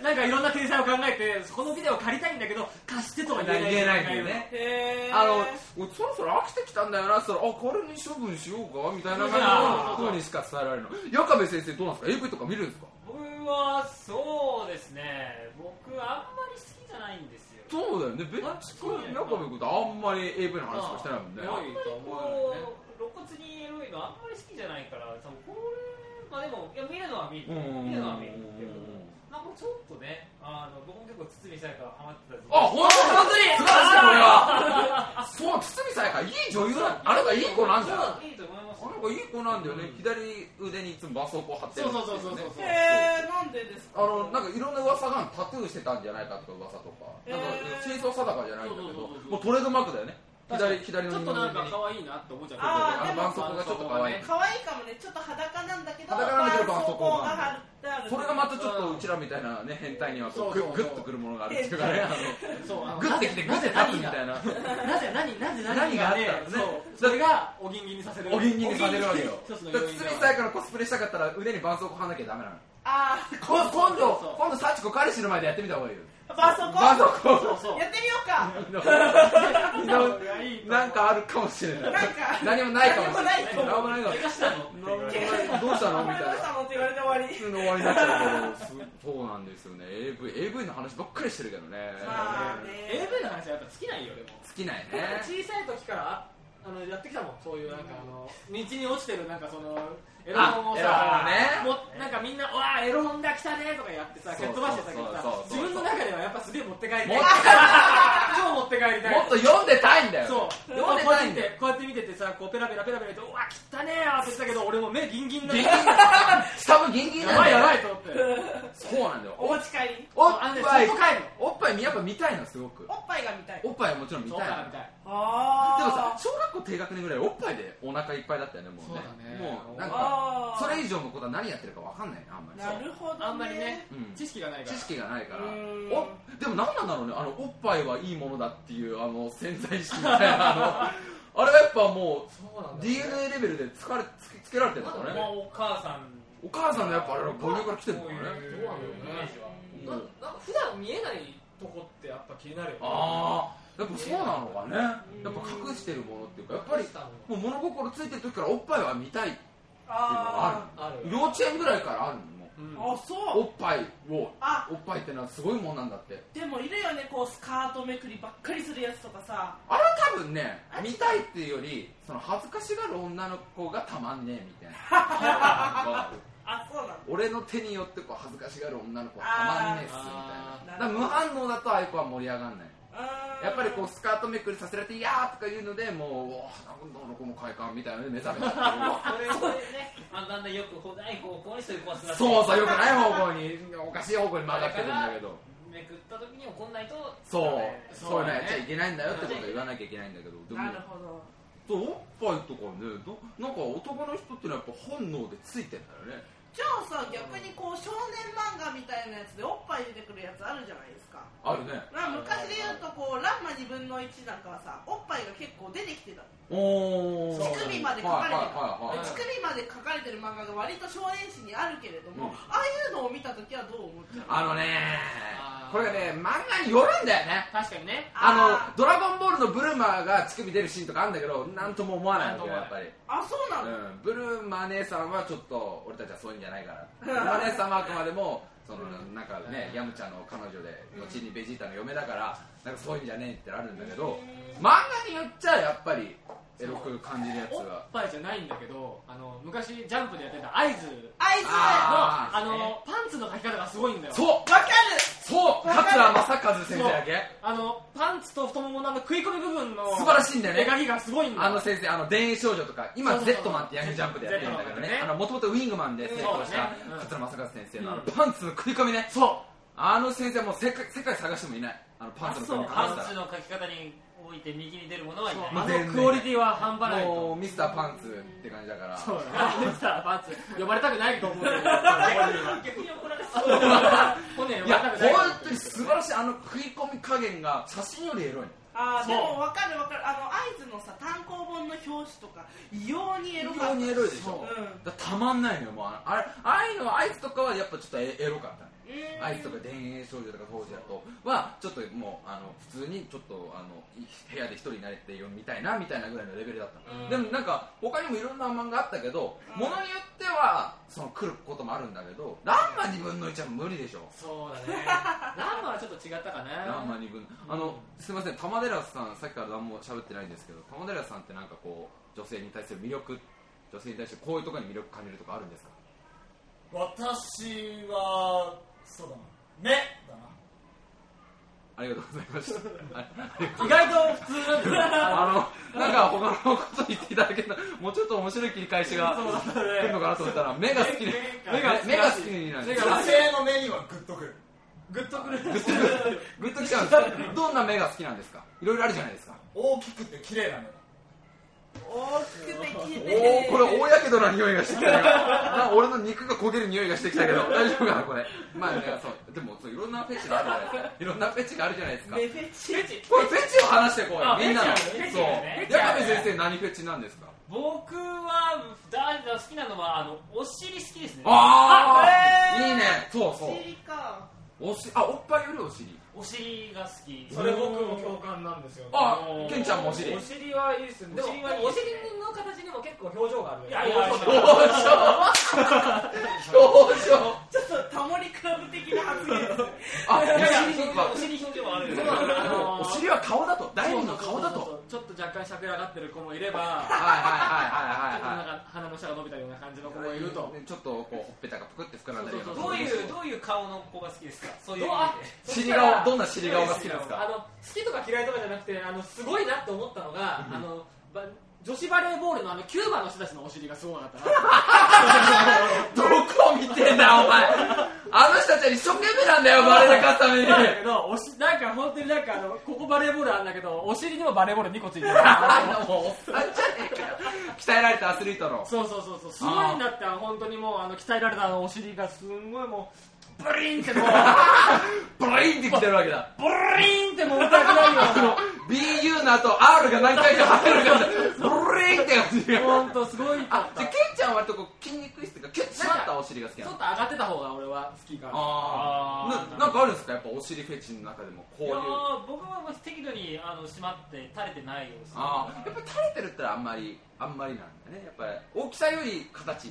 [SPEAKER 4] なんかいろんな天才を考えてこのビデオ借りたいんだけど貸してとは言えない
[SPEAKER 1] 言えないっていうね
[SPEAKER 3] へえ
[SPEAKER 1] あの俺そろそろ飽きてきたんだよなそしたらあこれに処分しようかみたいな感じのふうにしか伝えられない矢壁先生どうなんですか AV とか見るんですか
[SPEAKER 6] 僕はそうですね僕あんまり好きじゃないんですよ
[SPEAKER 1] そうだよね別に矢壁君とあんまり AV の話しかしてないもんね
[SPEAKER 6] あんまりこ
[SPEAKER 4] ね
[SPEAKER 6] う露骨にエロいのあんまり好きじゃないから多分これまあでもいや見るのは見る
[SPEAKER 1] うん
[SPEAKER 6] 見るのは見るけどなんかちょっとねあの僕も結構堤さやかハマってた時期
[SPEAKER 1] あ本当に素晴らしいこれはそう堤さやかいい女優だあれがいい子なんだよ
[SPEAKER 6] そういいと思います
[SPEAKER 1] あの子いい子なんだよね、左腕にいつも絆創膏貼ってるんですよ、ね、
[SPEAKER 4] そうそうそうそうそう
[SPEAKER 3] へえなんでです
[SPEAKER 1] あ
[SPEAKER 3] か
[SPEAKER 1] のなんかいろんな噂があるタトゥーしてたんじゃないかとか噂とか
[SPEAKER 3] へ
[SPEAKER 1] な
[SPEAKER 3] ー
[SPEAKER 1] んか真相定かじゃないんだけど
[SPEAKER 4] そうそうそうそう
[SPEAKER 1] もうトレードマークだよね左左の人
[SPEAKER 4] ちょっとなん
[SPEAKER 1] 間
[SPEAKER 4] か
[SPEAKER 1] に
[SPEAKER 4] 可愛いなって思っちゃう
[SPEAKER 3] あ
[SPEAKER 1] あ
[SPEAKER 3] ー
[SPEAKER 1] の絆創膏がちょっと可愛い
[SPEAKER 3] 可愛いかもねちょっと裸なんだけど
[SPEAKER 1] 裸なんだけど
[SPEAKER 3] 絆創膏が貼ってある
[SPEAKER 1] それがまたちょっとうちらみたいなね変態にはこう
[SPEAKER 4] そう
[SPEAKER 1] グッ
[SPEAKER 4] そうそ
[SPEAKER 1] グッと
[SPEAKER 4] う
[SPEAKER 1] くるものがあるっていうかね
[SPEAKER 4] そう
[SPEAKER 1] あの
[SPEAKER 4] あの
[SPEAKER 1] グッてきてグッて立つみたいな
[SPEAKER 4] なぜ何なぜ
[SPEAKER 1] 何
[SPEAKER 4] 何
[SPEAKER 1] があっ
[SPEAKER 4] がね
[SPEAKER 1] たのね
[SPEAKER 4] そうそれがおぎんぎんにさせる
[SPEAKER 1] おぎんぎんにされるわけよ
[SPEAKER 4] 一つの
[SPEAKER 1] だか
[SPEAKER 4] 要
[SPEAKER 1] ら
[SPEAKER 4] 因
[SPEAKER 1] 堤
[SPEAKER 4] だ
[SPEAKER 1] さやからコスプレしたかったら腕に絆創膏貼んなきゃダメなの
[SPEAKER 3] ああ
[SPEAKER 1] こ今
[SPEAKER 4] そう
[SPEAKER 1] 度今度幸子彼氏の前でやってみた方がいいよ
[SPEAKER 3] 絆創
[SPEAKER 1] 絆創
[SPEAKER 3] 膏
[SPEAKER 1] 膏
[SPEAKER 4] そうそう
[SPEAKER 3] やってみようか
[SPEAKER 1] のなんかあるかもしれない
[SPEAKER 3] なんか
[SPEAKER 1] 何もないかもしれない
[SPEAKER 3] 何
[SPEAKER 1] もないかもしれない
[SPEAKER 4] したの
[SPEAKER 1] どうしたのみ
[SPEAKER 3] こ
[SPEAKER 1] た
[SPEAKER 3] れ
[SPEAKER 1] い
[SPEAKER 3] どうし
[SPEAKER 1] な
[SPEAKER 3] たのって言われて終わ
[SPEAKER 1] 普
[SPEAKER 3] り
[SPEAKER 1] 通の終わりになっちゃうけどすそうなんですよね AV, AV の話ばっかりしてるけどね、
[SPEAKER 3] まあね
[SPEAKER 4] AV の話はやっぱ尽きないよでも
[SPEAKER 1] 尽きないね
[SPEAKER 4] 小さい時からあのやってきたもんそういうなんかあの道に落ちてるなんかそのエロ本を
[SPEAKER 1] あ
[SPEAKER 4] さ
[SPEAKER 1] エロ
[SPEAKER 4] もうなんかみんな「わあエロ本だ来たね」とかやってさ
[SPEAKER 1] そう
[SPEAKER 4] 蹴っ飛ばしてたけどさ
[SPEAKER 1] そうそうそう
[SPEAKER 4] 自分の中ではやっぱすげえ持って帰りた
[SPEAKER 1] もっ
[SPEAKER 4] い 超持って帰り
[SPEAKER 1] と
[SPEAKER 4] たい
[SPEAKER 1] もっと読んでたいんだよ
[SPEAKER 4] そう
[SPEAKER 1] 読んで
[SPEAKER 4] こう
[SPEAKER 1] た
[SPEAKER 4] やっ
[SPEAKER 1] いん
[SPEAKER 4] て見
[SPEAKER 1] だよ
[SPEAKER 4] てこうやって見ててさこうペラペラペラペラと「うわ汚ねえよ」って言ってたけど俺も目ギンギンなんだ
[SPEAKER 1] ギンギン
[SPEAKER 4] や
[SPEAKER 1] 下もギンギンなん
[SPEAKER 4] ば
[SPEAKER 1] だ
[SPEAKER 4] い
[SPEAKER 1] よ
[SPEAKER 4] やばいと思って
[SPEAKER 1] そうなんだよ
[SPEAKER 3] お持ち帰り
[SPEAKER 1] お
[SPEAKER 4] あの
[SPEAKER 1] っ
[SPEAKER 4] ね
[SPEAKER 1] ぱい
[SPEAKER 4] そっと帰るの
[SPEAKER 1] おっぱいやっぱ見たいのすごく
[SPEAKER 3] おっぱいが見たい
[SPEAKER 1] おっぱいはもちろん見
[SPEAKER 4] そ
[SPEAKER 1] た
[SPEAKER 4] う
[SPEAKER 1] いの
[SPEAKER 4] かみたい
[SPEAKER 3] あ
[SPEAKER 1] でもさ
[SPEAKER 3] あ
[SPEAKER 1] 小学校低学年ぐらいおっぱいでお腹いっぱいだったよねもうね
[SPEAKER 4] そうだね
[SPEAKER 1] もうなんか
[SPEAKER 3] あー
[SPEAKER 1] それ以上のことは何やってるかわかんないなあんまり
[SPEAKER 3] なるほどね
[SPEAKER 4] あんまりね
[SPEAKER 1] うん
[SPEAKER 4] 知識がないか
[SPEAKER 1] 知
[SPEAKER 4] ら
[SPEAKER 1] 識がないから
[SPEAKER 3] うーん
[SPEAKER 1] おでも何なんだろうねあのおっぱいはいいものだっていうあの潜在意識みたいなあ のあれはやっぱも
[SPEAKER 4] そうなん
[SPEAKER 1] う
[SPEAKER 4] だよね
[SPEAKER 1] DNA レベルでつかれつけつけられてるんだから
[SPEAKER 6] まあ
[SPEAKER 1] ね
[SPEAKER 6] お母さん
[SPEAKER 1] お母さんのやっぱあれの母乳から来てるんだ
[SPEAKER 6] そうい
[SPEAKER 1] からね
[SPEAKER 6] う
[SPEAKER 4] そうなんだよね
[SPEAKER 6] イメージは
[SPEAKER 4] ななんか普段見えないとこってやっぱ気になるよね
[SPEAKER 1] ああやっぱそうなのかねやっぱ隠してるものっていうかやっぱりもう物心ついてる時からおっぱいは見たいっていうのが
[SPEAKER 3] あ
[SPEAKER 1] あ
[SPEAKER 4] あ
[SPEAKER 1] る
[SPEAKER 4] る
[SPEAKER 1] 幼稚園ぐらいからあるのも
[SPEAKER 4] う
[SPEAKER 3] ー
[SPEAKER 4] ん
[SPEAKER 3] あ
[SPEAKER 1] う
[SPEAKER 3] そ
[SPEAKER 1] お
[SPEAKER 3] う
[SPEAKER 1] っぱいを
[SPEAKER 3] あ
[SPEAKER 1] おっぱいってのはすごいもんなんだって
[SPEAKER 3] でもいるよねこうスカートめくりばっかりするやつとかさ
[SPEAKER 1] あれは多分ね見たいっていうよりその恥ずかしがる女の子がたまんねえみたいなわかる
[SPEAKER 3] あそうなんだ
[SPEAKER 1] 俺の手によってこう恥ずかしがる女の子はたまんねえっすみ
[SPEAKER 4] あ
[SPEAKER 1] たいなだから無反応だとああいう子は盛り上がんない
[SPEAKER 3] あー
[SPEAKER 1] やっぱりこうスカートめくりさせられて「いやー」とか言うのでもう「おーなんだこの快感」みたいなので目覚めたっていう
[SPEAKER 6] それでね、あだんだんよくない方向にそういう子が 座って
[SPEAKER 1] そうそうよくない方向におかしい方向に曲がってるんだけど
[SPEAKER 6] めくった時に怒んないと
[SPEAKER 1] そう
[SPEAKER 4] そ
[SPEAKER 1] そうう
[SPEAKER 4] だ
[SPEAKER 1] ね
[SPEAKER 4] ね
[SPEAKER 1] やっちゃいけないんだよってことは言わなきゃいけないんだけどでも
[SPEAKER 3] なるほど
[SPEAKER 1] そうおっぱいとかねどなんか男の人ってのはやっぱ本能でついてんだよね
[SPEAKER 3] じゃあさ逆にこう少年漫画みたいなやつでおっぱい出てくるやつあるじゃないですか
[SPEAKER 1] あるね
[SPEAKER 3] まあ昔で言うとこう「ランマ2分の1」なんかはさおっぱいが結構出てきてた
[SPEAKER 1] おー
[SPEAKER 3] 乳首まで書か
[SPEAKER 1] は
[SPEAKER 3] れてる
[SPEAKER 1] いはいはいはい
[SPEAKER 3] 乳首まで書かれてる漫画が割と少年誌にあるけれど
[SPEAKER 1] う
[SPEAKER 3] も、
[SPEAKER 1] ん
[SPEAKER 3] ああいうのを見た時はどう思っちゃう
[SPEAKER 1] あのね
[SPEAKER 4] あー
[SPEAKER 1] これがね漫画によるんだよね
[SPEAKER 4] 確かにね
[SPEAKER 1] あ
[SPEAKER 3] あ
[SPEAKER 1] のドラゴンボールのブルーマーが乳首出るシーンとかあるんだけどなんとも思わないわけよや
[SPEAKER 4] な
[SPEAKER 1] っ
[SPEAKER 4] んとも
[SPEAKER 1] ぱり
[SPEAKER 3] あそうなの、
[SPEAKER 1] うん、ブルーマ姉さんはちょっと俺たちはそういうんじゃない からブルーマ姉さんはあくまでもそのなんかねヤムちゃんの彼女で後にベジータの嫁だからなんかそういうんじゃねえってあるんだけど漫画によっちゃやっぱりエロく感じるやつ
[SPEAKER 4] おっ
[SPEAKER 1] が
[SPEAKER 4] ぱいじゃないんだけどあの昔ジャンプでやってた合図の
[SPEAKER 3] あいつ
[SPEAKER 1] ああ
[SPEAKER 3] わ
[SPEAKER 1] ー
[SPEAKER 4] あのパンツの描き方がすごいんだよ
[SPEAKER 1] そう
[SPEAKER 3] かる
[SPEAKER 1] そう桂正和先生だっけ
[SPEAKER 4] あのパンツと太もものあの食い込み部分の
[SPEAKER 1] 素晴らしいんだよね
[SPEAKER 4] 描きがすごいんだよ
[SPEAKER 1] あの先生あの電影少女とか今
[SPEAKER 4] そうそうそう
[SPEAKER 1] Z マンってヤングジャンプでやってるんだけど
[SPEAKER 4] Z マン
[SPEAKER 1] ね
[SPEAKER 4] ね
[SPEAKER 1] あのもともとウィングマンで成功した
[SPEAKER 4] そうだねうん
[SPEAKER 1] 桂正和先生のあの
[SPEAKER 4] うん
[SPEAKER 1] パンツの食い込みね
[SPEAKER 4] そ
[SPEAKER 1] あの先生はもう世界世界探してもいないあのパンツの食い込み
[SPEAKER 6] パ
[SPEAKER 1] 方
[SPEAKER 6] ンツの書き方において右に出るものはいうない
[SPEAKER 1] ま
[SPEAKER 4] あのクオリティは半端ない
[SPEAKER 1] も
[SPEAKER 4] と
[SPEAKER 1] うミスターパンツって感じだから
[SPEAKER 4] そう だねミスターパンツ呼ばれたくないと思う よ
[SPEAKER 6] 逆に怒られそう
[SPEAKER 4] 本人呼
[SPEAKER 1] い
[SPEAKER 4] ば
[SPEAKER 1] や
[SPEAKER 4] れたくない
[SPEAKER 1] 本当に素晴らしいあの食い込み加減が写真よりエロい
[SPEAKER 3] あー
[SPEAKER 4] そう
[SPEAKER 3] でもわかるわかるあの会津のさ単行本の表紙とか異様にエロ
[SPEAKER 1] 非
[SPEAKER 3] かった
[SPEAKER 1] 常にエロいでし
[SPEAKER 3] う
[SPEAKER 1] ょ
[SPEAKER 3] ん
[SPEAKER 1] だからたまんないのよもうああれああいうのあいつとかはやっぱちょっとエエロかったね
[SPEAKER 3] うん
[SPEAKER 1] アイスとか田園少女とか当時だとはちょっともうあの普通にちょっとあのい部屋で一人になれて読みたいなみたいなぐらいのレベルだったの、
[SPEAKER 3] うん
[SPEAKER 1] でもなんか他にもいろんな漫画あったけど、
[SPEAKER 3] うん
[SPEAKER 1] ものによってはその来ることもあるんだけどランマ2分の1は無理でしょ
[SPEAKER 4] そうだねランマはちょっと違ったか
[SPEAKER 1] ランマ
[SPEAKER 4] な
[SPEAKER 1] 2分あのすいません玉寺さんさっきから何も喋ってないんですけど玉寺さんってなんかこう女性に対する魅力女性に対してこういうところに魅力感じるとかあるんですか
[SPEAKER 5] 私は、そうだな。目だな。
[SPEAKER 1] ありがとうございました
[SPEAKER 4] 意外と普通なんだよ
[SPEAKER 1] あの、なんか他のこと言っていただけたら、もうちょっと面白い切り返しが来るのかなと思ったら、目が好きで、目
[SPEAKER 4] 目
[SPEAKER 1] が
[SPEAKER 4] が
[SPEAKER 1] 目が好きになるんです
[SPEAKER 4] 目が
[SPEAKER 5] 女性の目にはグッとくる。
[SPEAKER 4] グッとくる
[SPEAKER 1] グッときちゃうんですかどんな目が好きなんですかいろいろあるじゃないですか。
[SPEAKER 5] 大きくて綺麗な目だ。
[SPEAKER 3] 大きくてき
[SPEAKER 1] お
[SPEAKER 3] て
[SPEAKER 1] ー、これ大やけどな匂いがしてきた よ。なんか俺の肉が焦げる匂いがしてきた けど、大丈夫かな、これ。まあね、そう。でも、そういろんなフェチがあるじゃないですか。いろんなフェチがあるじゃないですか。
[SPEAKER 3] 目フェチ
[SPEAKER 1] これフェチを話してこ
[SPEAKER 6] あ
[SPEAKER 1] い、みんなの。
[SPEAKER 6] フェチ
[SPEAKER 1] そう
[SPEAKER 6] だね。フェチだね
[SPEAKER 1] 矢上先生何フェチなんですか
[SPEAKER 6] 僕はだだ好きなのはあのお尻好きですね
[SPEAKER 1] あ
[SPEAKER 3] あ
[SPEAKER 1] ー、いいね。そうそう
[SPEAKER 3] お。尻か
[SPEAKER 1] おし、あ、おっぱいよりお尻。
[SPEAKER 6] お尻が好き
[SPEAKER 4] それ僕も共感なんですよ
[SPEAKER 1] あ
[SPEAKER 4] もう
[SPEAKER 1] ケンちゃんもお尻
[SPEAKER 4] お尻はいいですね
[SPEAKER 6] でも
[SPEAKER 4] お尻はいい
[SPEAKER 6] お
[SPEAKER 4] です
[SPEAKER 6] 尻
[SPEAKER 4] ね
[SPEAKER 6] の形にも結構表情があるね
[SPEAKER 4] いやいや
[SPEAKER 6] 表情
[SPEAKER 1] 表
[SPEAKER 6] がある
[SPEAKER 1] 情表情
[SPEAKER 3] ちょっとタモリクラブ的な 発言ですね
[SPEAKER 1] あ、
[SPEAKER 6] いやいや
[SPEAKER 1] お尻とか
[SPEAKER 6] お尻表情はあるよね
[SPEAKER 4] あのー
[SPEAKER 1] お尻は顔だと第二の顔だと
[SPEAKER 4] そうそうそうそうちょっと若干しゃくれ上がってる子もいればちょっ
[SPEAKER 1] はい
[SPEAKER 4] と
[SPEAKER 1] はいはいはいは
[SPEAKER 4] なん
[SPEAKER 1] い
[SPEAKER 4] か鼻の下が伸びたような感じの子もいると
[SPEAKER 1] ちょっとこうほっぺたがぷくって膨らんだりとか
[SPEAKER 6] どういうどういう顔の子が好きですかそういう意
[SPEAKER 4] どうあ
[SPEAKER 6] 味で
[SPEAKER 1] 尻顔どんな尻顔が好きです
[SPEAKER 4] あ
[SPEAKER 1] か
[SPEAKER 4] の好きとか嫌いとかじゃなくてあのすごいなと思ったのがあのば女子バレーボールのあのキューバの人たちのお尻がすごかっ たな
[SPEAKER 1] どこ見てんだお前あの人たちは一生懸命なんだよバレなかっために
[SPEAKER 4] なんだけどおしなんか本当になんかあのここバレーボールあるんだけどお尻にもバレーボール2個つい てる
[SPEAKER 1] あのもうおっさんじゃねえかよ鍛えられたアスリートの
[SPEAKER 4] そうそうそうそうすごいんだって本当にもうあの鍛えられたあのお尻がすんごいもうブリンってもう
[SPEAKER 1] ブリーンって来てるわけだ
[SPEAKER 4] ブリンってもう 痛くないよあの
[SPEAKER 1] BU の後 R が何回か入るからブリーンって感じが
[SPEAKER 4] 本当すごいか
[SPEAKER 1] あ
[SPEAKER 4] っ
[SPEAKER 1] じゃあ
[SPEAKER 4] た
[SPEAKER 1] ケンちゃんは割とこう筋肉質がキュッとなったお尻が好き
[SPEAKER 4] ち
[SPEAKER 1] な
[SPEAKER 4] ょ
[SPEAKER 1] の
[SPEAKER 4] っと上がってた方が俺は好きかな
[SPEAKER 1] ああななんかあるんですかやっぱお尻フェチの中でもこう
[SPEAKER 6] い
[SPEAKER 1] いう
[SPEAKER 6] やー僕はもう適度にあの締まって垂れてないようですね
[SPEAKER 1] ああやっぱ垂れてるったらあんまりあんまりなんだねやっぱり大きさより形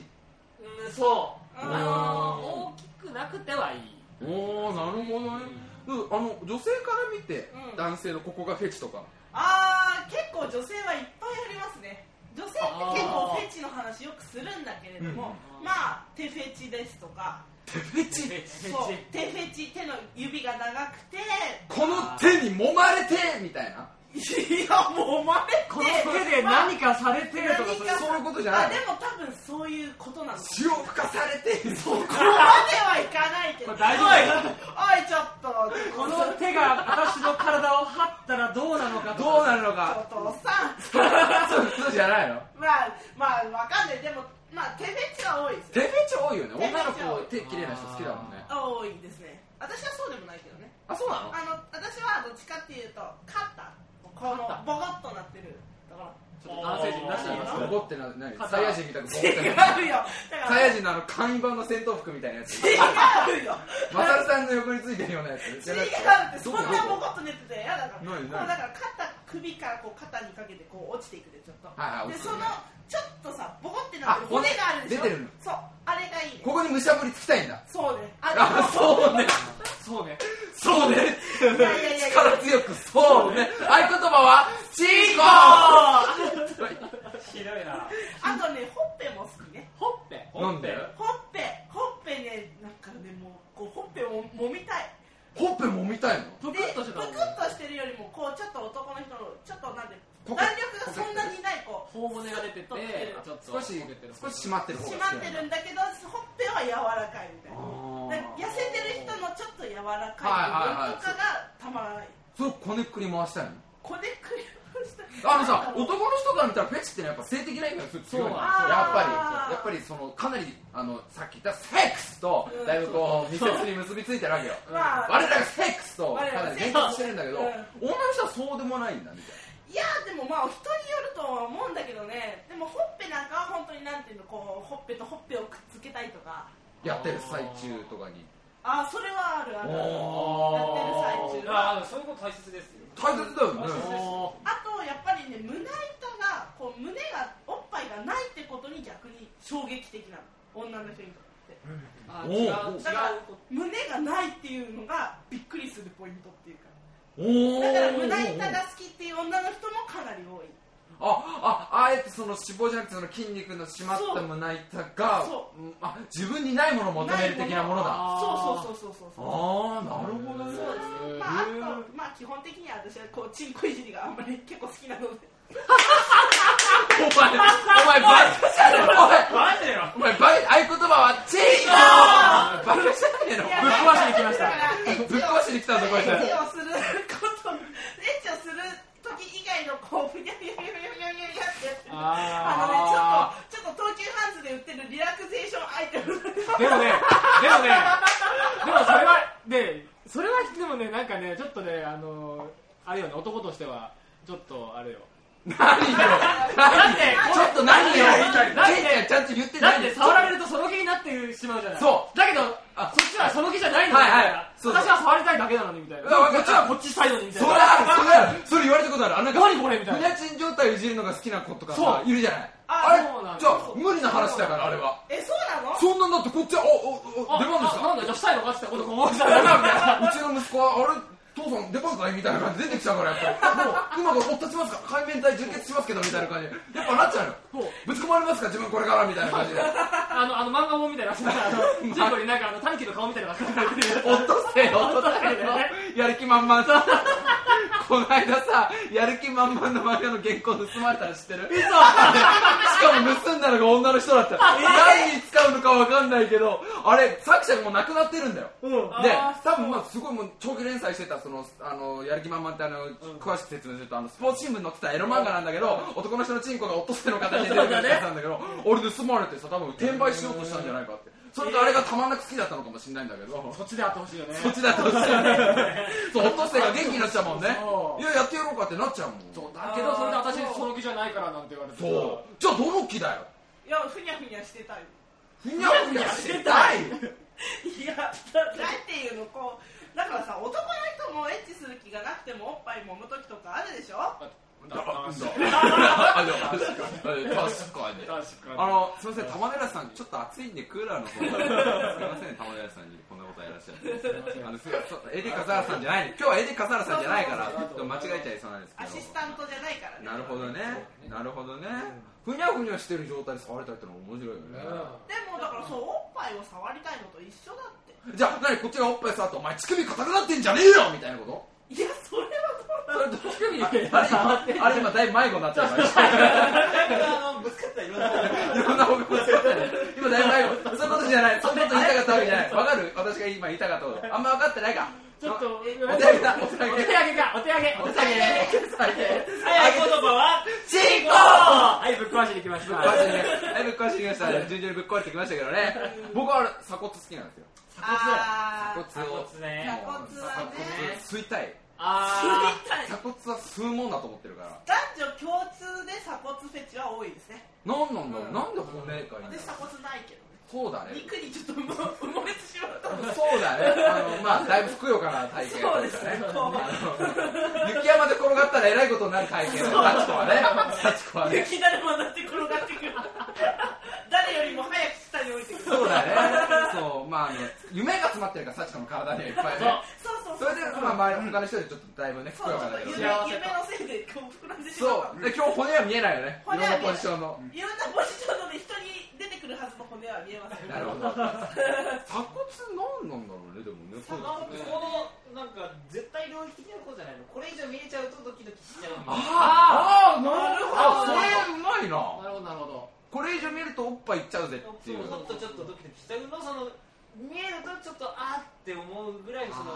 [SPEAKER 4] うんそう
[SPEAKER 3] うん
[SPEAKER 6] あのー大きくなくてはいい
[SPEAKER 1] おおなるほどねうんあの女性から見て
[SPEAKER 3] うん
[SPEAKER 1] 男性のここがフェチとか
[SPEAKER 3] あー結構女性はいっぱいありますね女性って結構フェチの話よくするんだけれども、まあ手フェチですとかそう手フェチ手の指が長くて
[SPEAKER 1] この手に揉まれてみたいない
[SPEAKER 3] やもうまれて
[SPEAKER 2] この手で何かされてるとかそういう
[SPEAKER 1] そういうことじゃな
[SPEAKER 3] あ
[SPEAKER 1] い
[SPEAKER 3] でも多分そういうことなのそこ
[SPEAKER 1] 血を吹かされてそう
[SPEAKER 3] まではいかないけどおい
[SPEAKER 2] 大丈
[SPEAKER 3] おいちょっと
[SPEAKER 2] この手が私の体を張ったらどうなのかと
[SPEAKER 1] どうなるの
[SPEAKER 3] ち
[SPEAKER 1] か
[SPEAKER 3] ょっとおっさん
[SPEAKER 1] そう普通じゃないの
[SPEAKER 3] まあまあわかんないでもまあ手フェチは多い
[SPEAKER 1] 手フ
[SPEAKER 3] です
[SPEAKER 1] ェチ多いよね女の子手
[SPEAKER 3] 手フェチ多い
[SPEAKER 1] 綺麗な人好きだもんね
[SPEAKER 3] 多いですね私はそうでもないけどね
[SPEAKER 1] あそうなの
[SPEAKER 3] あの私はどっちかっていうと肩このボコッとなってるところ
[SPEAKER 4] ちょっと男性陣出しちゃいます
[SPEAKER 1] ボコってな何
[SPEAKER 4] 肩
[SPEAKER 1] サイヤ人みたいなボコってな
[SPEAKER 3] 違うよだか
[SPEAKER 1] サ
[SPEAKER 3] ら
[SPEAKER 1] イヤ人のあの看板の戦闘服みたいなやつ
[SPEAKER 3] 違うよ
[SPEAKER 1] マサルさんの横についてるようなやつ
[SPEAKER 3] 違う
[SPEAKER 1] なくて
[SPEAKER 3] ってそんな
[SPEAKER 1] どこ
[SPEAKER 3] ボコッと寝てて嫌だから
[SPEAKER 1] 何
[SPEAKER 3] こう
[SPEAKER 1] 何
[SPEAKER 3] だから肩首からこう肩にかけてこう落ちていくでちょっと
[SPEAKER 1] はいはい
[SPEAKER 3] で
[SPEAKER 1] 落ち
[SPEAKER 3] そ
[SPEAKER 1] てる
[SPEAKER 3] の
[SPEAKER 1] ね
[SPEAKER 3] ちょっとさボコってなってる骨があるで
[SPEAKER 1] あ
[SPEAKER 3] しょ
[SPEAKER 1] 骨出てるの
[SPEAKER 3] そうあれがいいね
[SPEAKER 1] ここにむしゃぶりつきたいんだ
[SPEAKER 3] そうねあれ
[SPEAKER 1] あそうね
[SPEAKER 2] そうね
[SPEAKER 1] そうね
[SPEAKER 3] いやいやいや
[SPEAKER 1] 力強くそうね合言葉はチー
[SPEAKER 6] ひどいな
[SPEAKER 3] あとねほっぺも好きね
[SPEAKER 4] ほっぺ
[SPEAKER 1] コーなんで
[SPEAKER 3] ほっぺほっぺねなんかねもうこうほっぺをもみたい
[SPEAKER 1] ほっぺ揉みたいの
[SPEAKER 4] ぷく
[SPEAKER 3] で
[SPEAKER 4] っ
[SPEAKER 3] ぷ
[SPEAKER 4] と
[SPEAKER 3] く
[SPEAKER 4] し
[SPEAKER 3] って
[SPEAKER 4] たもん
[SPEAKER 3] としてるよりもこうちょっと男の人のちょっとなんで
[SPEAKER 1] ポ
[SPEAKER 3] 弾
[SPEAKER 1] ケ
[SPEAKER 3] 力がそんなにないこう
[SPEAKER 4] 頬骨が出てて
[SPEAKER 3] ぷくっとしてる
[SPEAKER 4] ちょっと
[SPEAKER 1] 少し少し締まってる方が好き
[SPEAKER 3] 締まってるんだけどほっぺは柔らかいみたいななん
[SPEAKER 1] あ
[SPEAKER 3] か
[SPEAKER 1] ー
[SPEAKER 3] 痩せてる人のちょっと柔らか
[SPEAKER 1] はいはいはい
[SPEAKER 3] い部分とかがたまらない
[SPEAKER 1] それをこねくり回したいの
[SPEAKER 3] こねくりをした
[SPEAKER 1] あのさ男の人から見たらフェチってのはやっぱ性的な意味が強い
[SPEAKER 4] そう
[SPEAKER 1] のやっぱりや
[SPEAKER 3] よ
[SPEAKER 4] なんです
[SPEAKER 1] っぱりそのかなりあのさっき言ったセックスとだいぶこう密接に結びついてるわけよ
[SPEAKER 3] まあ
[SPEAKER 1] 我らがセックスとかなり連結してるんだけど
[SPEAKER 3] うん
[SPEAKER 1] 女の人はそうでもないんだみたい
[SPEAKER 3] いやでもまあ人によるとは思うんだけどねでもほっぺなんかは本当になんていうのこうほっぺとほっぺをくっつけたいとか
[SPEAKER 1] なやってる最中とかに
[SPEAKER 3] ああそれはあるあるあるやってる最中
[SPEAKER 6] あーそういうこと大切ですよ
[SPEAKER 1] 大切だよね
[SPEAKER 3] あとやっぱりね胸板がこう胸がおっぱいがないってことに逆に衝撃的なの女の人にとって
[SPEAKER 4] あ
[SPEAKER 1] お
[SPEAKER 4] 違
[SPEAKER 1] ー
[SPEAKER 4] う違う
[SPEAKER 1] おー
[SPEAKER 3] だから
[SPEAKER 4] こ
[SPEAKER 3] 胸がないっていうのがびっくりするポイントっていうか
[SPEAKER 1] お
[SPEAKER 3] だから
[SPEAKER 1] ー
[SPEAKER 3] 胸板が好きっていう女の人もかなり多い
[SPEAKER 1] あああえてその脂肪じゃなくてその筋肉の締まった胸板が
[SPEAKER 3] そ
[SPEAKER 1] うんあ自分にないものを求める的なものだあ
[SPEAKER 4] あー
[SPEAKER 3] そうそうそうそうそうそう
[SPEAKER 1] あーなるほどね
[SPEAKER 3] そうですね、まあ、あと、まあ、基本的には私はこうチンコいじりがあんまり結構好きなので
[SPEAKER 1] お前、お前、バイクじゃねえお前、
[SPEAKER 6] マジよ
[SPEAKER 1] お前、バイ合言葉は、チーノーバカじゃねえの
[SPEAKER 3] や
[SPEAKER 1] ぶっ壊しに来ました
[SPEAKER 3] だからエッチを
[SPEAKER 1] ぶっ壊しに来たぞ、こいつ。
[SPEAKER 3] エッチをすることエッチをする時以外のこうふにゃふにゃふにゃふにゃふにゃふにゃってやってるあの
[SPEAKER 4] あ
[SPEAKER 3] ねちょっとちょっと東急ハンズで売ってるリラクゼーションアイテム
[SPEAKER 2] でもね、でもね、でもそれは、で、それは、でもね、なんかね、ちょっとね、あのー、あれよね、男としては、ちょっと、あれよ。
[SPEAKER 1] 何よ
[SPEAKER 2] だっ
[SPEAKER 1] 何
[SPEAKER 2] て、
[SPEAKER 1] ちょっと何よ
[SPEAKER 2] だって
[SPEAKER 1] ケイちゃんちゃんと言って
[SPEAKER 2] だっ
[SPEAKER 1] ない
[SPEAKER 2] て触られるとその気になってしまうじゃない
[SPEAKER 1] そう
[SPEAKER 2] だけどあそっちはその気じゃないの
[SPEAKER 1] はいはい
[SPEAKER 2] みたな
[SPEAKER 1] そうそう
[SPEAKER 2] 私は触りたいだけなのにみたいな
[SPEAKER 1] うわわ
[SPEAKER 2] こ
[SPEAKER 1] かる
[SPEAKER 2] っちはこっちサイドにみた
[SPEAKER 1] そ
[SPEAKER 2] い
[SPEAKER 1] れ
[SPEAKER 2] な
[SPEAKER 1] ある、それある。それ言われたことある。あ、なんか、
[SPEAKER 2] 何これみたい
[SPEAKER 1] ふ
[SPEAKER 2] な
[SPEAKER 1] にゃちん状態をいじるのが好きな子とかさ
[SPEAKER 2] そ、
[SPEAKER 1] いるじゃない。
[SPEAKER 3] あ
[SPEAKER 1] あれ
[SPEAKER 2] そうなんだ
[SPEAKER 1] じゃあ、無理な話だから、あれは。
[SPEAKER 3] えそうなの
[SPEAKER 1] そんなんだって、こっちは、お、お、
[SPEAKER 2] あ
[SPEAKER 1] お、出番でし
[SPEAKER 2] あな
[SPEAKER 1] た。
[SPEAKER 2] んだじゃあしたいのかって言ったことこう
[SPEAKER 1] だからうちの息子は、あれ、父さん出番かいみたいな感じで出てきたから、やっぱり、もう、今からおっ立ちますか、海面体充血しますけどみたいな感じで、やっぱなっちゃうの、
[SPEAKER 2] そう
[SPEAKER 1] ぶち込まれますか、自分これからみたいな感じで、
[SPEAKER 2] あのあの漫画本みたいなあのジェコになんかあのタヌキの顔みたいなのが描かれてる
[SPEAKER 1] 落とせよ、落とせよ、やる気満々さ、この間さ、やる気満々の漫画の原稿盗まれたの知ってるしかも盗んだのが女の人だった、何に使うのかわかんないけど、あれ、作者がもう亡くなってるんだよ。で多分まあすごいもう長期連載してたそのあのやる気満々ってあの、詳しく説明するとあのスポーツ新聞に載ってたエロ漫画なんだけど、男の人のチンコが落とせの形で出てくるやつなんだけど、俺盗まれてさ多分転売しようとしたんじゃないかってそれとあれがたまんなく好きだったのかもしれないんだけど、
[SPEAKER 2] そっちであってほしいよね
[SPEAKER 1] そっちだとしたらねそう落とせが元気になっちゃうもんね
[SPEAKER 2] そう
[SPEAKER 1] いややってやろうかってなっちゃうもん
[SPEAKER 2] そうだけどそれで私その気じゃないからなんて言われて
[SPEAKER 1] そうじゃあどの木だよ
[SPEAKER 3] いやふにゃふにゃしてたい
[SPEAKER 1] ふにゃふにゃしてたい
[SPEAKER 3] いやだっていうのこうだからさ男の人もエッチする気がなくてもおっぱい揉む時とかあるでしょ
[SPEAKER 1] だからそうあでも確か に
[SPEAKER 2] 確かに
[SPEAKER 1] あのすみません、玉寺さん、ちょっと暑いんでクーラーの方がすみません、玉寺さんにこんなことやらっしゃって、あのすいませんそうエディ・カザーラさんじゃない、今日はエディ・カザーラさんじゃないから、ちょっと間違えちゃいそうなんですけ
[SPEAKER 3] ア
[SPEAKER 1] ど、
[SPEAKER 3] シスタントじゃないからね
[SPEAKER 1] なるほどね、なるほどね、ふにゃふにゃしてる状態で触れたりってのは面白いよね、
[SPEAKER 3] でもだからそうおっぱいを触りたいのと一緒だって
[SPEAKER 1] じゃあ何こっちがおっぱい触ってお前乳首硬くなってんじゃねえよみたいなこと
[SPEAKER 3] いやそれはどう
[SPEAKER 1] それどう
[SPEAKER 4] 乳首
[SPEAKER 1] あ
[SPEAKER 4] だ
[SPEAKER 1] れ
[SPEAKER 4] け
[SPEAKER 1] 今あれ今だいぶ迷子になっちゃうから
[SPEAKER 6] あのぶつかったらいろんなことが
[SPEAKER 1] いろんな方向性今だいぶ迷子そういうことじゃないそんなこと言いたかったわけじゃないわかる私が今言いたかったことあんま分かってないか
[SPEAKER 2] ちょっと、
[SPEAKER 1] お手上げだお手上
[SPEAKER 2] お
[SPEAKER 1] げ
[SPEAKER 2] 手上げか、お手上げ、お手上げ。
[SPEAKER 1] 最低
[SPEAKER 6] 早い言葉は
[SPEAKER 1] チンコ
[SPEAKER 4] はいぶっ壊しに来まし
[SPEAKER 1] ぶっ壊し
[SPEAKER 4] た
[SPEAKER 1] てねだいぶぶっ壊してきましたね順々にぶっ壊れてきましたけどね僕は鎖骨好きなんですよ
[SPEAKER 3] あー
[SPEAKER 1] 鎖骨を
[SPEAKER 6] 骨ね
[SPEAKER 3] 鎖骨はね
[SPEAKER 1] 吸いたい
[SPEAKER 6] あ
[SPEAKER 1] 鎖骨は吸うもんだと思ってるから
[SPEAKER 3] 男女共通で鎖骨フェチは多いですね
[SPEAKER 1] なんなんだろうなんで骨かいいんだろう
[SPEAKER 3] 私鎖骨ないけどね
[SPEAKER 1] そうだね
[SPEAKER 3] 肉にちょっと 埋も埋もれてしまうと思う
[SPEAKER 1] そうだね、あのまあ、だいぶふくよかな体型
[SPEAKER 3] そうですねこ
[SPEAKER 1] あ
[SPEAKER 3] う
[SPEAKER 1] の雪山で転がったらえらいことになる体型だよ幸子はね幸子はね
[SPEAKER 3] 雪だるまになって転がってくる誰よりも早く下に降りてくる
[SPEAKER 1] そうだねそうまああの夢が詰まってるから幸子の体にはいっぱいね
[SPEAKER 3] そうそう
[SPEAKER 1] そ
[SPEAKER 3] そう
[SPEAKER 1] れで、まあ、周りの他の人よりちょっとだいぶねふ
[SPEAKER 3] そ
[SPEAKER 1] く
[SPEAKER 3] う
[SPEAKER 1] よかだけど
[SPEAKER 3] 夢
[SPEAKER 1] ね
[SPEAKER 3] 夢のせいでこう膨らんでしまう
[SPEAKER 1] そうで今日骨は見えないよねいろん
[SPEAKER 3] 骨
[SPEAKER 1] な
[SPEAKER 3] は見えない
[SPEAKER 1] ポジションの
[SPEAKER 3] いろんなポジションので人に出てくるはずの骨は見えません
[SPEAKER 1] なるほ ど鎖骨なんなんだろうねでもね
[SPEAKER 6] ーあのこのなんか絶対領域的なことじゃないのこれ以上見えちゃうとドキドキしちゃう
[SPEAKER 1] あああなるほど
[SPEAKER 6] あ
[SPEAKER 1] それうまいな
[SPEAKER 4] なるほどなるほど
[SPEAKER 1] これ以上見るとおっぱいいっちゃうぜって
[SPEAKER 6] そ
[SPEAKER 1] いうう
[SPEAKER 6] ちょっとちょっとドキドキしちゃうのその見えるとちょっとあーって思うぐらいそのいいい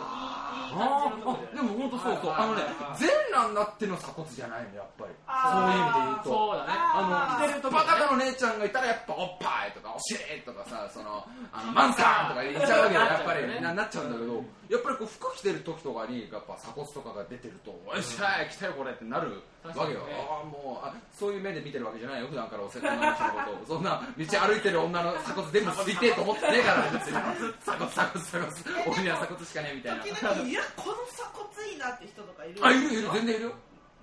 [SPEAKER 6] い感
[SPEAKER 1] あ
[SPEAKER 6] じのと
[SPEAKER 1] あ
[SPEAKER 6] こじ
[SPEAKER 1] で
[SPEAKER 6] ゃない
[SPEAKER 1] も本当そうそうあのね全裸になっての鎖骨じゃないのやっぱりそういう意味で言
[SPEAKER 3] あー
[SPEAKER 1] うと
[SPEAKER 4] そうだね
[SPEAKER 3] あー
[SPEAKER 4] あの着てると
[SPEAKER 1] バ
[SPEAKER 4] こね
[SPEAKER 1] カだの姉ちゃんがいたらやっぱおっぱいとかおしりとかさそのあのマンさんとか言っちゃうわけでやっぱりな,、なっちゃうんだけどやっぱりこう服着てる時とかにやっぱ鎖骨とかが出てると「おいしゃい来たよこれ」ってなるわけよ、ああもうあそういう目で見てるわけじゃないよ普段からおせっかいの人のことをそんな道歩いてる女の鎖骨全部吸いてえと思ってねえから別に鎖骨鎖骨鎖骨俺には鎖骨しかねえみたいな
[SPEAKER 3] 時々いやこの鎖骨いいなって人とかいる
[SPEAKER 1] あいるいる全然いるよ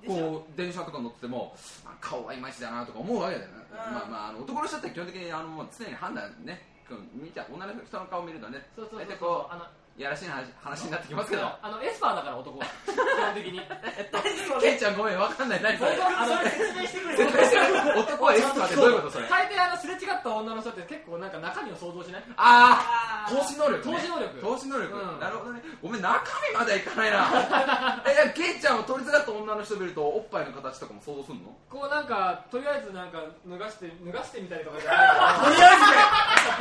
[SPEAKER 3] でしょ
[SPEAKER 1] こう電車とか乗っててもあ顔はいまいちだなとか思うわけだよね、
[SPEAKER 3] うん
[SPEAKER 1] まあまああの男の人って基本的にあのもう常に判断ねこう見ちゃう女の人の顔見るとね
[SPEAKER 4] そうそう
[SPEAKER 1] 大体
[SPEAKER 4] そうそ
[SPEAKER 1] こ
[SPEAKER 4] うあの
[SPEAKER 1] ういやらしい話話になってきますけど
[SPEAKER 4] あのエスパーだから男は基本的に
[SPEAKER 1] ケイちゃんごめんわかんない何それ
[SPEAKER 4] あの
[SPEAKER 1] 絶対知らない男はエスパーってどういうことそれ
[SPEAKER 4] 大抵あのすれ違った女の人って結構なんか中身を想像しない
[SPEAKER 1] ああ
[SPEAKER 3] あー
[SPEAKER 1] 投資能力、ね、
[SPEAKER 4] 投資能力
[SPEAKER 1] 投資能力、
[SPEAKER 4] うん
[SPEAKER 1] なるほどねごめん中身まではいかない なえじゃあケイちゃんを取りがった女の人見るとおっぱいの形とかも想像するの
[SPEAKER 4] こうなんかとりあえずなんか脱がして脱がしてみたりとかじゃない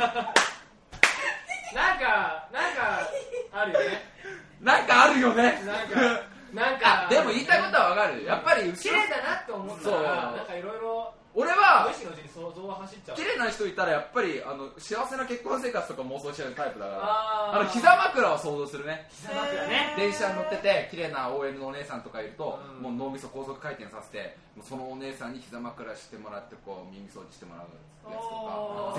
[SPEAKER 4] けどなんかなんかあるよね
[SPEAKER 1] なんかあるよね
[SPEAKER 4] なんかなん
[SPEAKER 1] あ
[SPEAKER 4] か
[SPEAKER 1] でも言いたいことはわかるやっぱり後ろ
[SPEAKER 4] 綺麗だなって思ったら
[SPEAKER 1] そう
[SPEAKER 4] なんかいろいろ
[SPEAKER 1] 俺は
[SPEAKER 4] 無意識のうちに想像は走っちゃう
[SPEAKER 1] 綺麗な人いたらやっぱりあの幸せな結婚生活とか妄想しちゃうタイプだから
[SPEAKER 4] あ
[SPEAKER 1] あの膝枕を想像するね
[SPEAKER 4] 膝枕ね
[SPEAKER 1] 電車に乗ってて綺麗な OL のお姉さんとかいると、
[SPEAKER 4] うん
[SPEAKER 1] もう脳みそ高速回転させてもうそのお姉さんに膝枕してもらってこう耳掃除してもらうやつ
[SPEAKER 3] お
[SPEAKER 1] とか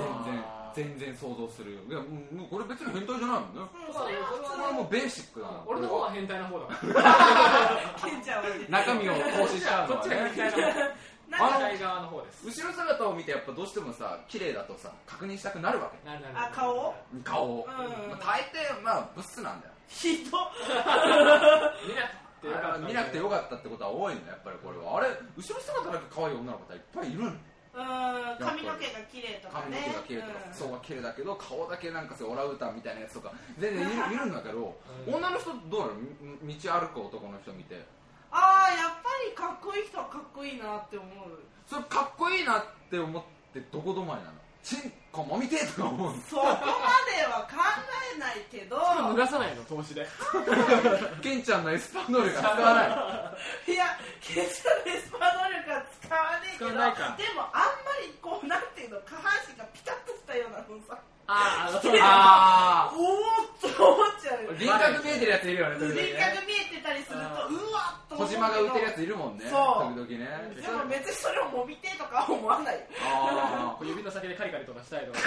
[SPEAKER 4] ー
[SPEAKER 1] 全然全然想像するいやもうもうこれ別に変態じゃないもんね
[SPEAKER 3] うんそれは
[SPEAKER 1] これはもうベーシックなの
[SPEAKER 4] 俺の方は変態な方だから
[SPEAKER 3] ケンちゃんはね
[SPEAKER 1] 中身を投資しちゃうの
[SPEAKER 4] こっ
[SPEAKER 1] は
[SPEAKER 4] ち
[SPEAKER 1] ね
[SPEAKER 4] が変態な 方
[SPEAKER 3] なんか
[SPEAKER 1] あの
[SPEAKER 4] 左側の方です
[SPEAKER 1] 後ろ姿を見てやっぱどうしてもさ綺麗だとさ確認したくなるわけ
[SPEAKER 4] なるなる
[SPEAKER 3] あ顔を
[SPEAKER 1] 顔を、
[SPEAKER 3] うん
[SPEAKER 1] まあ、大抵まあブスなんだよ
[SPEAKER 3] ひどっ
[SPEAKER 4] 見なくてよかった
[SPEAKER 1] 見なくてよかったってことは多いのやっぱりこれはあれ後ろ姿だけ可愛い女の子っていっぱいいるの
[SPEAKER 3] うーん髪の毛が綺麗とか
[SPEAKER 1] 髪
[SPEAKER 3] ね
[SPEAKER 1] の毛が綺麗とか服装が綺麗だけど顔だけなんかそういうオランウータンみたいなやつとか全然いるいるんだけど
[SPEAKER 4] うん
[SPEAKER 1] 女の人どうなのみ道歩く男の人見て
[SPEAKER 3] ああやっぱりかっこいい人はかっこいいなって思う
[SPEAKER 1] それかっこいいなって思ってどこ止まりなのチンコもみてえとか思 うの
[SPEAKER 3] そこまでは考えないけど
[SPEAKER 4] ちょっと脱がさないの投資で
[SPEAKER 1] ケンちゃんのエスパー能力が使わない
[SPEAKER 3] いやケンちゃんのエスパー能力は使わねえけど
[SPEAKER 4] 使わないか
[SPEAKER 3] でもあんまりこうなんていうの下半身がピタッとしたようなのさ
[SPEAKER 4] ああそう
[SPEAKER 1] あ
[SPEAKER 3] おおっと思っちゃう
[SPEAKER 1] あ輪郭見えてるやついるよね時
[SPEAKER 3] 輪
[SPEAKER 1] 々ね
[SPEAKER 3] 郭見えてたりすると
[SPEAKER 4] あー
[SPEAKER 3] うわっと
[SPEAKER 1] 小
[SPEAKER 3] 思うけど
[SPEAKER 1] 島が浮いてるやついるもんね
[SPEAKER 3] そう
[SPEAKER 1] 時々 ね
[SPEAKER 3] でも別にそれをもみてえとかは思わない
[SPEAKER 1] あ
[SPEAKER 4] こう指の先でカリカリとかしたいとか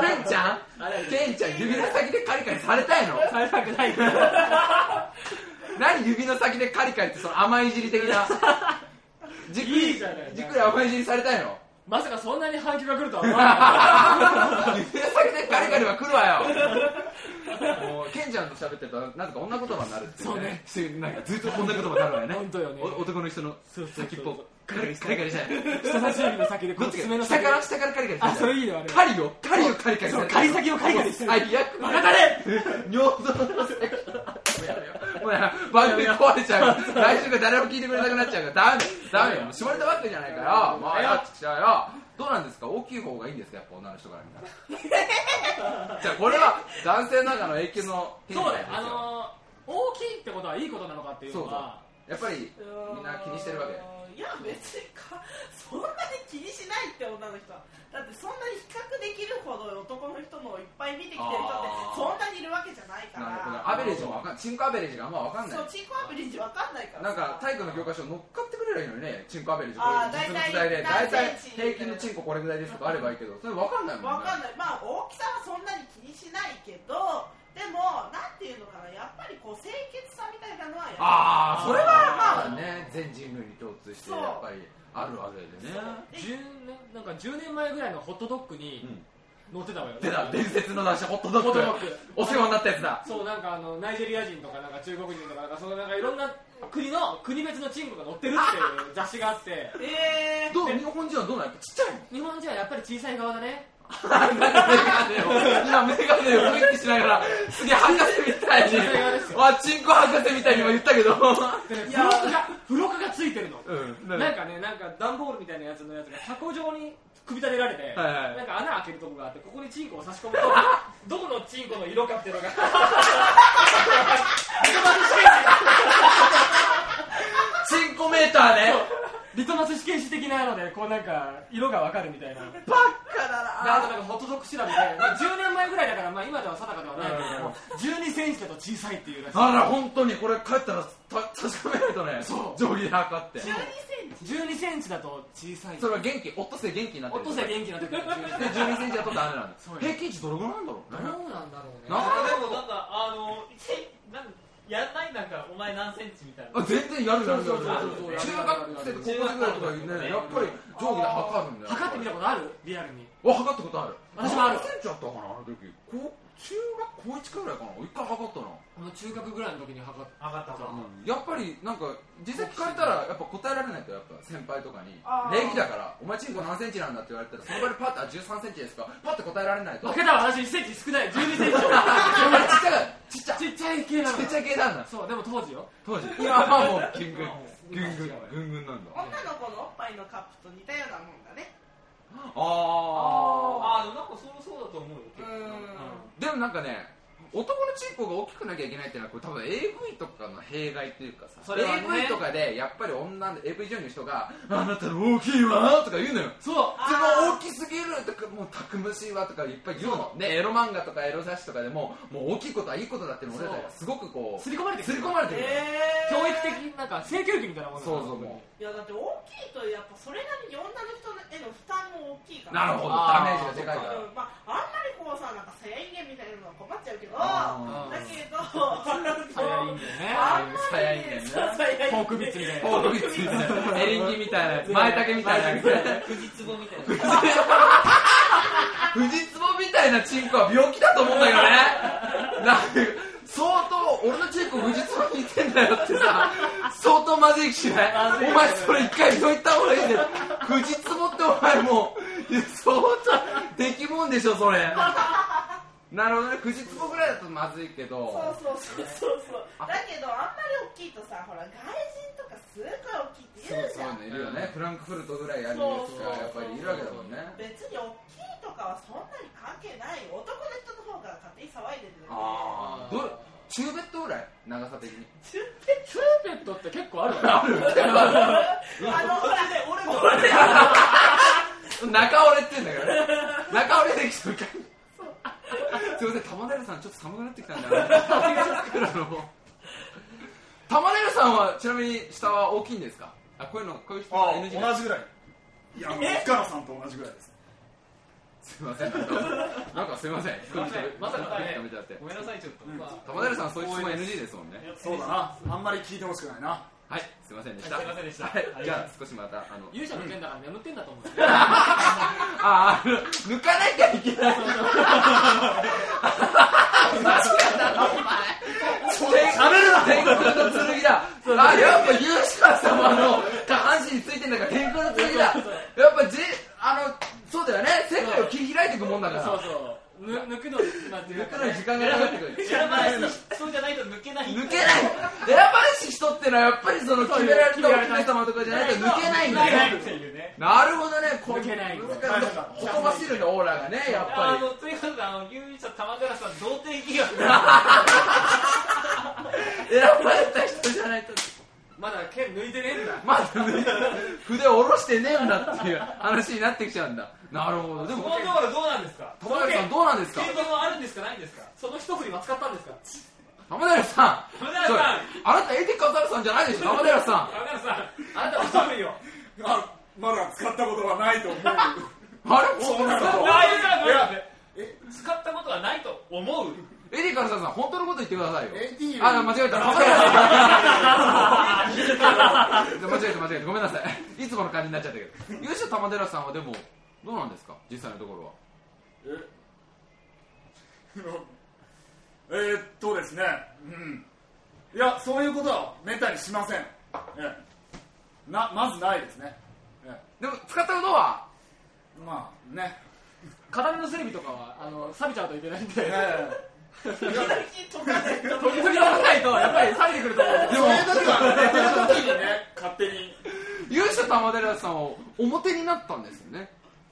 [SPEAKER 1] あケンちゃん
[SPEAKER 4] あれ
[SPEAKER 1] ケンちゃん指の先でカリカリされたいの
[SPEAKER 4] されたくないから
[SPEAKER 1] 何指の先でカリカリってその甘いじり的なじっく
[SPEAKER 4] い
[SPEAKER 1] り
[SPEAKER 4] いじゃない
[SPEAKER 1] じっくり甘いじりされたいの
[SPEAKER 4] まさかそんなに反響が来るとは思わなかっ
[SPEAKER 1] 指の先でカリカリは来るわよもうケンちゃんと喋ってるとなぜか 女言葉になるっていうねそうねなんかずっと女言葉になるわよね
[SPEAKER 4] 本当よね
[SPEAKER 1] お男の人の先っぽ
[SPEAKER 4] そう
[SPEAKER 1] カリカリカリじゃない
[SPEAKER 2] 人差し指の先でこ
[SPEAKER 1] ど
[SPEAKER 2] の
[SPEAKER 1] っち
[SPEAKER 2] 爪
[SPEAKER 1] か
[SPEAKER 2] の
[SPEAKER 1] 下
[SPEAKER 2] 先
[SPEAKER 1] から下からカリカリ
[SPEAKER 2] あそれ
[SPEAKER 1] い
[SPEAKER 2] いいよあれ
[SPEAKER 1] 狩りよ狩りよカリカリ
[SPEAKER 2] そう狩り先をカリカリしてる
[SPEAKER 1] 最悪
[SPEAKER 2] バカだ
[SPEAKER 1] れ尿道の先もうやめようもうやめよう番組壊れちゃうから来週が誰も聞いてくれなくなっちゃうからダメダメよもう絞れたばっかじゃないからよもうよっちゃよどうなんですか大きい方がいいんですかやっぱ女の人から見たらじゃあこれは男性の中の永久の
[SPEAKER 4] そうだよ、
[SPEAKER 1] です
[SPEAKER 4] あのー、大きいってことはいいことなのかっていうのは、
[SPEAKER 1] やっぱり みんな気にしてるわけ
[SPEAKER 3] いや別にかそんなに気にしないって女の人はだってそんなに比較できるほど男の人のをいっぱい見てきてる人
[SPEAKER 1] あー
[SPEAKER 3] ってそんなにいるわけじゃないか
[SPEAKER 1] なるほ
[SPEAKER 3] ら
[SPEAKER 1] どアベレージもわかんチンコアベレージがあんまわかんない
[SPEAKER 3] そうチンコアベレージわかんないか
[SPEAKER 1] なん
[SPEAKER 3] ら
[SPEAKER 1] か体育の教科書乗っかってくれればいいのにねチンコアベレージこれ実物大で
[SPEAKER 3] あ
[SPEAKER 1] 大
[SPEAKER 3] ー大体
[SPEAKER 1] 体平均のチンコこれぐらいですとかあればいいけどそれわかんないもんね
[SPEAKER 3] わかんないまあ大きさはそんなに気にしないけどでもなんていうのかなやっぱりこう清潔さみたいなのはやっぱ
[SPEAKER 1] ああそれはま
[SPEAKER 3] あー
[SPEAKER 1] あね全人類に共通してや
[SPEAKER 3] そう
[SPEAKER 1] っぱりあるわけでね
[SPEAKER 3] り
[SPEAKER 4] 10年なんか10年前ぐらいのホットドッグに
[SPEAKER 1] うん
[SPEAKER 4] 乗ってたわよね、
[SPEAKER 1] 出た伝説の出しホットド
[SPEAKER 4] ホッ
[SPEAKER 1] ッ
[SPEAKER 4] ト
[SPEAKER 1] グ
[SPEAKER 4] ドッグ
[SPEAKER 1] お世話になったやつだ
[SPEAKER 4] そうなんかあのナイジェリア人とかなんか中国人とかなんかそのなんかいろんな国の国別のチンコが載ってるっていう雑誌があって
[SPEAKER 3] えー
[SPEAKER 1] どう日本人はどうなんやっぱちっちゃいの
[SPEAKER 4] 日本人はやっぱり小さい側だね
[SPEAKER 1] 今メガネをクイッてしながらすげえ博士みたいに あチンコ博士みたいに今言ったけど
[SPEAKER 4] でね
[SPEAKER 3] い
[SPEAKER 4] 付
[SPEAKER 3] やー
[SPEAKER 4] 録が付録がついてるの
[SPEAKER 1] うん
[SPEAKER 4] なんかねなんか段ボールみたいなやつのやつが箱状に組み立てられて、
[SPEAKER 1] はいはい
[SPEAKER 4] なんか穴開けるとこがあってここにチンコを差し込む とどこのチンコの色かっていうのが
[SPEAKER 1] チンコメーターね
[SPEAKER 4] リトマス試験紙的なのでこうなんか色がわかるみたいな
[SPEAKER 3] バッカだ
[SPEAKER 4] であ
[SPEAKER 3] な
[SPEAKER 4] となんかホットドッグ調べで、まあ、10年前ぐらいだから、まあ、今では定かではないけども、12センチだと小さいっていうらしい。
[SPEAKER 1] あら本当にこれ帰ったらた確かめないとね
[SPEAKER 4] そう
[SPEAKER 1] 定規で測って
[SPEAKER 3] 1 2ンチ
[SPEAKER 4] 12センチだと小さい。
[SPEAKER 1] それは元気オットセイ元気になって
[SPEAKER 4] お
[SPEAKER 1] る
[SPEAKER 4] 父さん元気な時 だと
[SPEAKER 1] で
[SPEAKER 4] 12センチ。
[SPEAKER 1] 12センチだとダメなんだ
[SPEAKER 4] そうよ
[SPEAKER 1] 平均値どれぐらいなんだろう
[SPEAKER 4] どう
[SPEAKER 1] ね
[SPEAKER 4] なんだろうね。
[SPEAKER 1] な
[SPEAKER 6] あーでもなんかあのせなんやんないなんかお前何センチみたいな
[SPEAKER 1] あ全然やるやるやる
[SPEAKER 4] そうそう
[SPEAKER 1] や
[SPEAKER 4] そう
[SPEAKER 1] る
[SPEAKER 4] そう
[SPEAKER 1] 中学生と高校生ぐらいとかいうねやっぱり定規で測るんだよ
[SPEAKER 4] 測ってみたことあるリアルに。
[SPEAKER 1] わ測ったことある
[SPEAKER 4] 私もある
[SPEAKER 1] 何センチあったかなあの時高中学高一くらいかな一回測ったな
[SPEAKER 4] この中学ぐらいの時に測って。
[SPEAKER 6] 上がったわ
[SPEAKER 1] やっぱりなんか実際聞かれたらやっぱ答えられないとやっぱ先輩とかに
[SPEAKER 3] あー
[SPEAKER 1] 礼儀だから「お前チンコ何センチなんだ」って言われたらその場でパッと「あ13センチですか」パッと答えられ ないと
[SPEAKER 4] 負けたわ、私1センチ少ない。12センチ。
[SPEAKER 1] お前ちっちゃいちっちゃ
[SPEAKER 4] ちっちゃい系なの
[SPEAKER 1] ち。っちゃい系なんだ
[SPEAKER 4] そう、でも当時よ。
[SPEAKER 1] 当時今はも うぐんぐんぐんぐんぐんぐんなんだ
[SPEAKER 3] 女の子のおっぱいのカップと似たようなもんだね
[SPEAKER 1] あ
[SPEAKER 6] あーでもなんかそろそうだと思うよ
[SPEAKER 3] う
[SPEAKER 6] 結構
[SPEAKER 3] ん
[SPEAKER 1] ーでもなんかね男のチンコが大きくなきゃいけないっていうのはこれ多分 AV とかの弊害というかさ、
[SPEAKER 4] それは
[SPEAKER 1] AV
[SPEAKER 4] ね
[SPEAKER 1] とかでやっぱり女の AV 女優の人が「あなたの大きいわ」とか言うのよ
[SPEAKER 4] そう。
[SPEAKER 1] その大きすぎるとかもうたくむしいわとかいっぱい言うのねエロ漫画とかエロ雑誌とかでももう大きいことはいいことだっていうのを俺らがすごくこ
[SPEAKER 4] 刷
[SPEAKER 1] う
[SPEAKER 4] り込まれて
[SPEAKER 1] 刷
[SPEAKER 4] く
[SPEAKER 1] り
[SPEAKER 4] る
[SPEAKER 1] 込まれてるのよ
[SPEAKER 3] えー
[SPEAKER 4] 教育的、なんか、性教育みたいなものなの
[SPEAKER 1] そうそうも
[SPEAKER 3] いやだって大きいとやっぱそれなりに女の人への負担も大きいから
[SPEAKER 1] なるほどダ
[SPEAKER 4] あ
[SPEAKER 1] メー
[SPEAKER 4] ー
[SPEAKER 1] ジがでかいから
[SPEAKER 3] うんまあ、あんまりこうさなんかさやいんげみたいなのは困っちゃうけど
[SPEAKER 1] あ
[SPEAKER 4] ー
[SPEAKER 3] だけ どさ
[SPEAKER 4] 早いんだよね。
[SPEAKER 3] あんまり
[SPEAKER 1] さやいんげね
[SPEAKER 3] そうさやいんげ
[SPEAKER 4] フォークビッツみたい
[SPEAKER 1] フ
[SPEAKER 4] な。
[SPEAKER 1] ォークビッツみたいなエリンギみたいなやつ前竹みたいなやつ
[SPEAKER 6] 富士壺みたい な
[SPEAKER 1] 富士壺みたいなチンコは病気だと思うんだけどねなんか相当俺のチンコ富士壺に似てんだよってさ相当まずい気しないお前それ一回病院行った方がいいんだよ富士壺ってお前もういや相当できもんでしょそれなるほどね富士壺ぐらいだとまずいけど
[SPEAKER 3] そうそうそうそうだけどあんまり大きいとさほら外人とかすごい大きいって
[SPEAKER 1] そ
[SPEAKER 3] 言
[SPEAKER 1] う
[SPEAKER 3] う
[SPEAKER 1] そ
[SPEAKER 3] じゃん
[SPEAKER 1] うねいるよねフランクフルトぐらいやるやつがやっぱりいるわけだもんね
[SPEAKER 3] 別に大きいとかはそんなに関係ない男の人の方が勝手に騒いでるだけで
[SPEAKER 1] ああどう中ベッドぐらい長さ的に
[SPEAKER 4] チューペットって結構あるわよ。
[SPEAKER 3] あのほらね 俺も
[SPEAKER 1] 中折れって言うんだけどね中折れできそうかすいません玉ねるさんちょっと寒くなってきたんだ な玉ねるさんはちなみに下は大きいんですかあこういうのこういう人は NG
[SPEAKER 5] 同じぐらいいやもう塚原さんと同じぐらいです
[SPEAKER 1] すいませんなんかなんかすいません
[SPEAKER 6] いませんまさかね
[SPEAKER 1] 人見ちゃって
[SPEAKER 6] ごめんなさいちょっと、
[SPEAKER 5] うん
[SPEAKER 6] まあ
[SPEAKER 1] 玉ねるさんそういう質問 NG ですもんね
[SPEAKER 5] そうだなあんまり聞いてほしくないな
[SPEAKER 1] はいすいませんでした
[SPEAKER 6] はいすいませんでした
[SPEAKER 1] はい、じゃあ少しまたあの
[SPEAKER 4] 勇者の剣だから眠ってんだと思う。
[SPEAKER 1] ああの抜かなきゃいけない間違えたなお前
[SPEAKER 5] ちょ
[SPEAKER 1] 喋るな天空の剣だあやっぱユーシカ様の下半身についてんだから天空の剣だやっぱじあのそうだよね世界を切り開いていくもんだから
[SPEAKER 4] そうそうぬ抜くのに今っていう
[SPEAKER 1] だ
[SPEAKER 4] か
[SPEAKER 1] から
[SPEAKER 4] ね
[SPEAKER 1] 時間がかかってくる
[SPEAKER 6] 選ばれし人じゃないと抜けない
[SPEAKER 1] 抜けない選ばれし人ってのはやっぱりその決められたお姫様とかじゃないと抜けないんだよ
[SPEAKER 2] っていうね
[SPEAKER 1] なるほどねこ
[SPEAKER 2] 抜けない
[SPEAKER 1] ほとばしるねオーラがねやっ
[SPEAKER 6] あ
[SPEAKER 1] ぱり
[SPEAKER 6] のということであの勇者玉寺さん童貞疑惑
[SPEAKER 1] 選ばれた人じゃないと
[SPEAKER 4] まだ剣抜いてねえんだ
[SPEAKER 1] まあ、筆を下ろしてねえんだっていう話になってきちゃうんだなるほどで
[SPEAKER 6] こ
[SPEAKER 1] も
[SPEAKER 6] のところどうなんですか
[SPEAKER 1] 玉寺さんどうなんですか
[SPEAKER 6] 経験はあるんですかないんですか
[SPEAKER 4] その一振りは使ったんですか
[SPEAKER 1] 玉寺さん
[SPEAKER 6] 玉寺
[SPEAKER 1] そう
[SPEAKER 6] さん
[SPEAKER 1] あなたエティカザルさんじゃないでしょ玉寺さ
[SPEAKER 6] 玉寺さんあなたは無理よ
[SPEAKER 5] あまだ使ったことはないと思う
[SPEAKER 1] んあれ
[SPEAKER 5] そうな
[SPEAKER 6] 大丈
[SPEAKER 5] のいや
[SPEAKER 6] 夫使ったことはないと思う
[SPEAKER 1] エティカザルさん本当のこと言ってくださいよ
[SPEAKER 5] AD
[SPEAKER 1] あ 間違えた玉寺さん間違えた間違えたごめんなさいいつもの感じになっちゃったけど優秀玉寺さんはでもどうなんですか実際のところは
[SPEAKER 5] えーっとですね、うん、いや、そういうことはめったにしません、ええなまずないですね、え
[SPEAKER 1] でも使ったことは
[SPEAKER 5] えまあね、
[SPEAKER 2] 片目の整備とかはあの錆びちゃうといけないんで
[SPEAKER 5] ええ
[SPEAKER 2] 時々やらないとやっぱり錆びてくると思うんで
[SPEAKER 5] そういう時は寝て る時にね、勝手に、
[SPEAKER 1] 優秀玉寺さんを表になったんですよね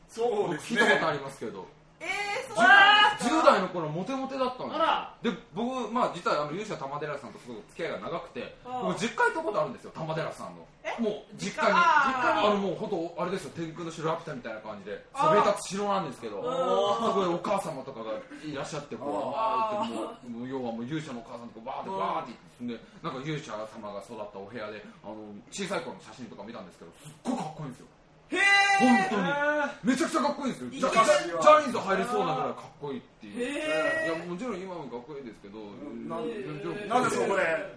[SPEAKER 5] そうです
[SPEAKER 1] 聞い
[SPEAKER 5] ね、
[SPEAKER 1] たことありますけど
[SPEAKER 3] えー、そうなんです
[SPEAKER 1] 10
[SPEAKER 3] か
[SPEAKER 1] 代の頃モテモテだったんですよで僕、まあ、実はあの勇者玉寺さんとすごく付き合いが長くて
[SPEAKER 3] ああ
[SPEAKER 1] もう実家行ったことあるんですよ玉寺さんの
[SPEAKER 3] え
[SPEAKER 1] もう実家に
[SPEAKER 3] 実家ああ
[SPEAKER 1] あのもう本当あれですよ天空の城ラピュタみたいな感じで
[SPEAKER 3] あ
[SPEAKER 1] そ
[SPEAKER 3] あ
[SPEAKER 1] びえ立つ城なんですけど
[SPEAKER 3] あ
[SPEAKER 1] すごいお母様とかがいらっしゃってこう
[SPEAKER 3] ああ
[SPEAKER 1] わーってもうもう要はもう勇者のお母さんとかわーってわーって言ってそんでなんか勇者様が育ったお部屋であの小さい頃の写真とか見たんですけどすっごくかっこいいんですよ
[SPEAKER 3] へ
[SPEAKER 1] 本
[SPEAKER 3] え
[SPEAKER 1] 当にめちゃくちゃかっこいいんですよジ
[SPEAKER 3] イケ
[SPEAKER 1] ャ
[SPEAKER 3] メ
[SPEAKER 5] ン
[SPEAKER 1] ジャニーズ入りそうなぐらいかっこいいっていう。い
[SPEAKER 3] へ
[SPEAKER 1] やもちろん今もかっこいいですけど、
[SPEAKER 5] な
[SPEAKER 1] うん
[SPEAKER 5] なんでそこで、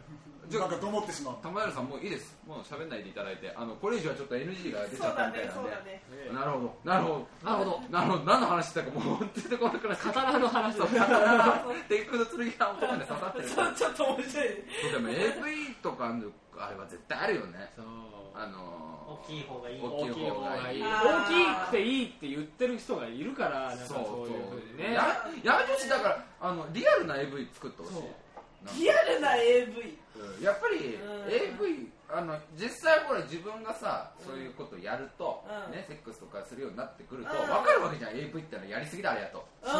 [SPEAKER 1] じゃあ
[SPEAKER 5] なんかどもってしまうの
[SPEAKER 1] 玉平さんもういいですもう喋んないでいただいてあのこれ以上はちょっと NG が
[SPEAKER 3] ー
[SPEAKER 1] 出ち
[SPEAKER 3] そ
[SPEAKER 1] ゃ
[SPEAKER 3] う
[SPEAKER 1] った
[SPEAKER 3] だ
[SPEAKER 1] みたい
[SPEAKER 3] ね
[SPEAKER 1] な
[SPEAKER 3] そ
[SPEAKER 1] ん
[SPEAKER 3] う
[SPEAKER 1] で
[SPEAKER 3] だね
[SPEAKER 1] なるほどなるほどなるほどなるほど何の話してたかもう本当にこなくなっちゃった
[SPEAKER 4] 刀の話
[SPEAKER 1] そう刀が天空の剣が男に刺さってる
[SPEAKER 3] そうちょっと面白い
[SPEAKER 1] でも AV とかのあれは絶対あるよね
[SPEAKER 4] そう
[SPEAKER 1] あの
[SPEAKER 6] 大きい方がいい
[SPEAKER 1] 大
[SPEAKER 4] 大
[SPEAKER 1] き
[SPEAKER 4] き
[SPEAKER 1] い
[SPEAKER 4] い
[SPEAKER 1] 方
[SPEAKER 4] 方
[SPEAKER 1] が
[SPEAKER 4] が
[SPEAKER 1] い
[SPEAKER 4] い
[SPEAKER 1] い
[SPEAKER 4] い
[SPEAKER 2] 大きくていいって言ってる人がいるからなんか
[SPEAKER 1] そう
[SPEAKER 2] そういうふうに
[SPEAKER 1] そう
[SPEAKER 2] ね
[SPEAKER 1] ややめてほしいだからあのリアルな AV 作ってほしいなんか
[SPEAKER 3] リアルな AV
[SPEAKER 1] うんやっぱり
[SPEAKER 3] うん
[SPEAKER 1] AV あの実際ほら自分がさそういうことやると、
[SPEAKER 3] うん
[SPEAKER 1] ねセックスとかするようになってくると、
[SPEAKER 3] うん
[SPEAKER 1] 分かるわけじゃん AV ってのはやりすぎだあれやと
[SPEAKER 3] うんそう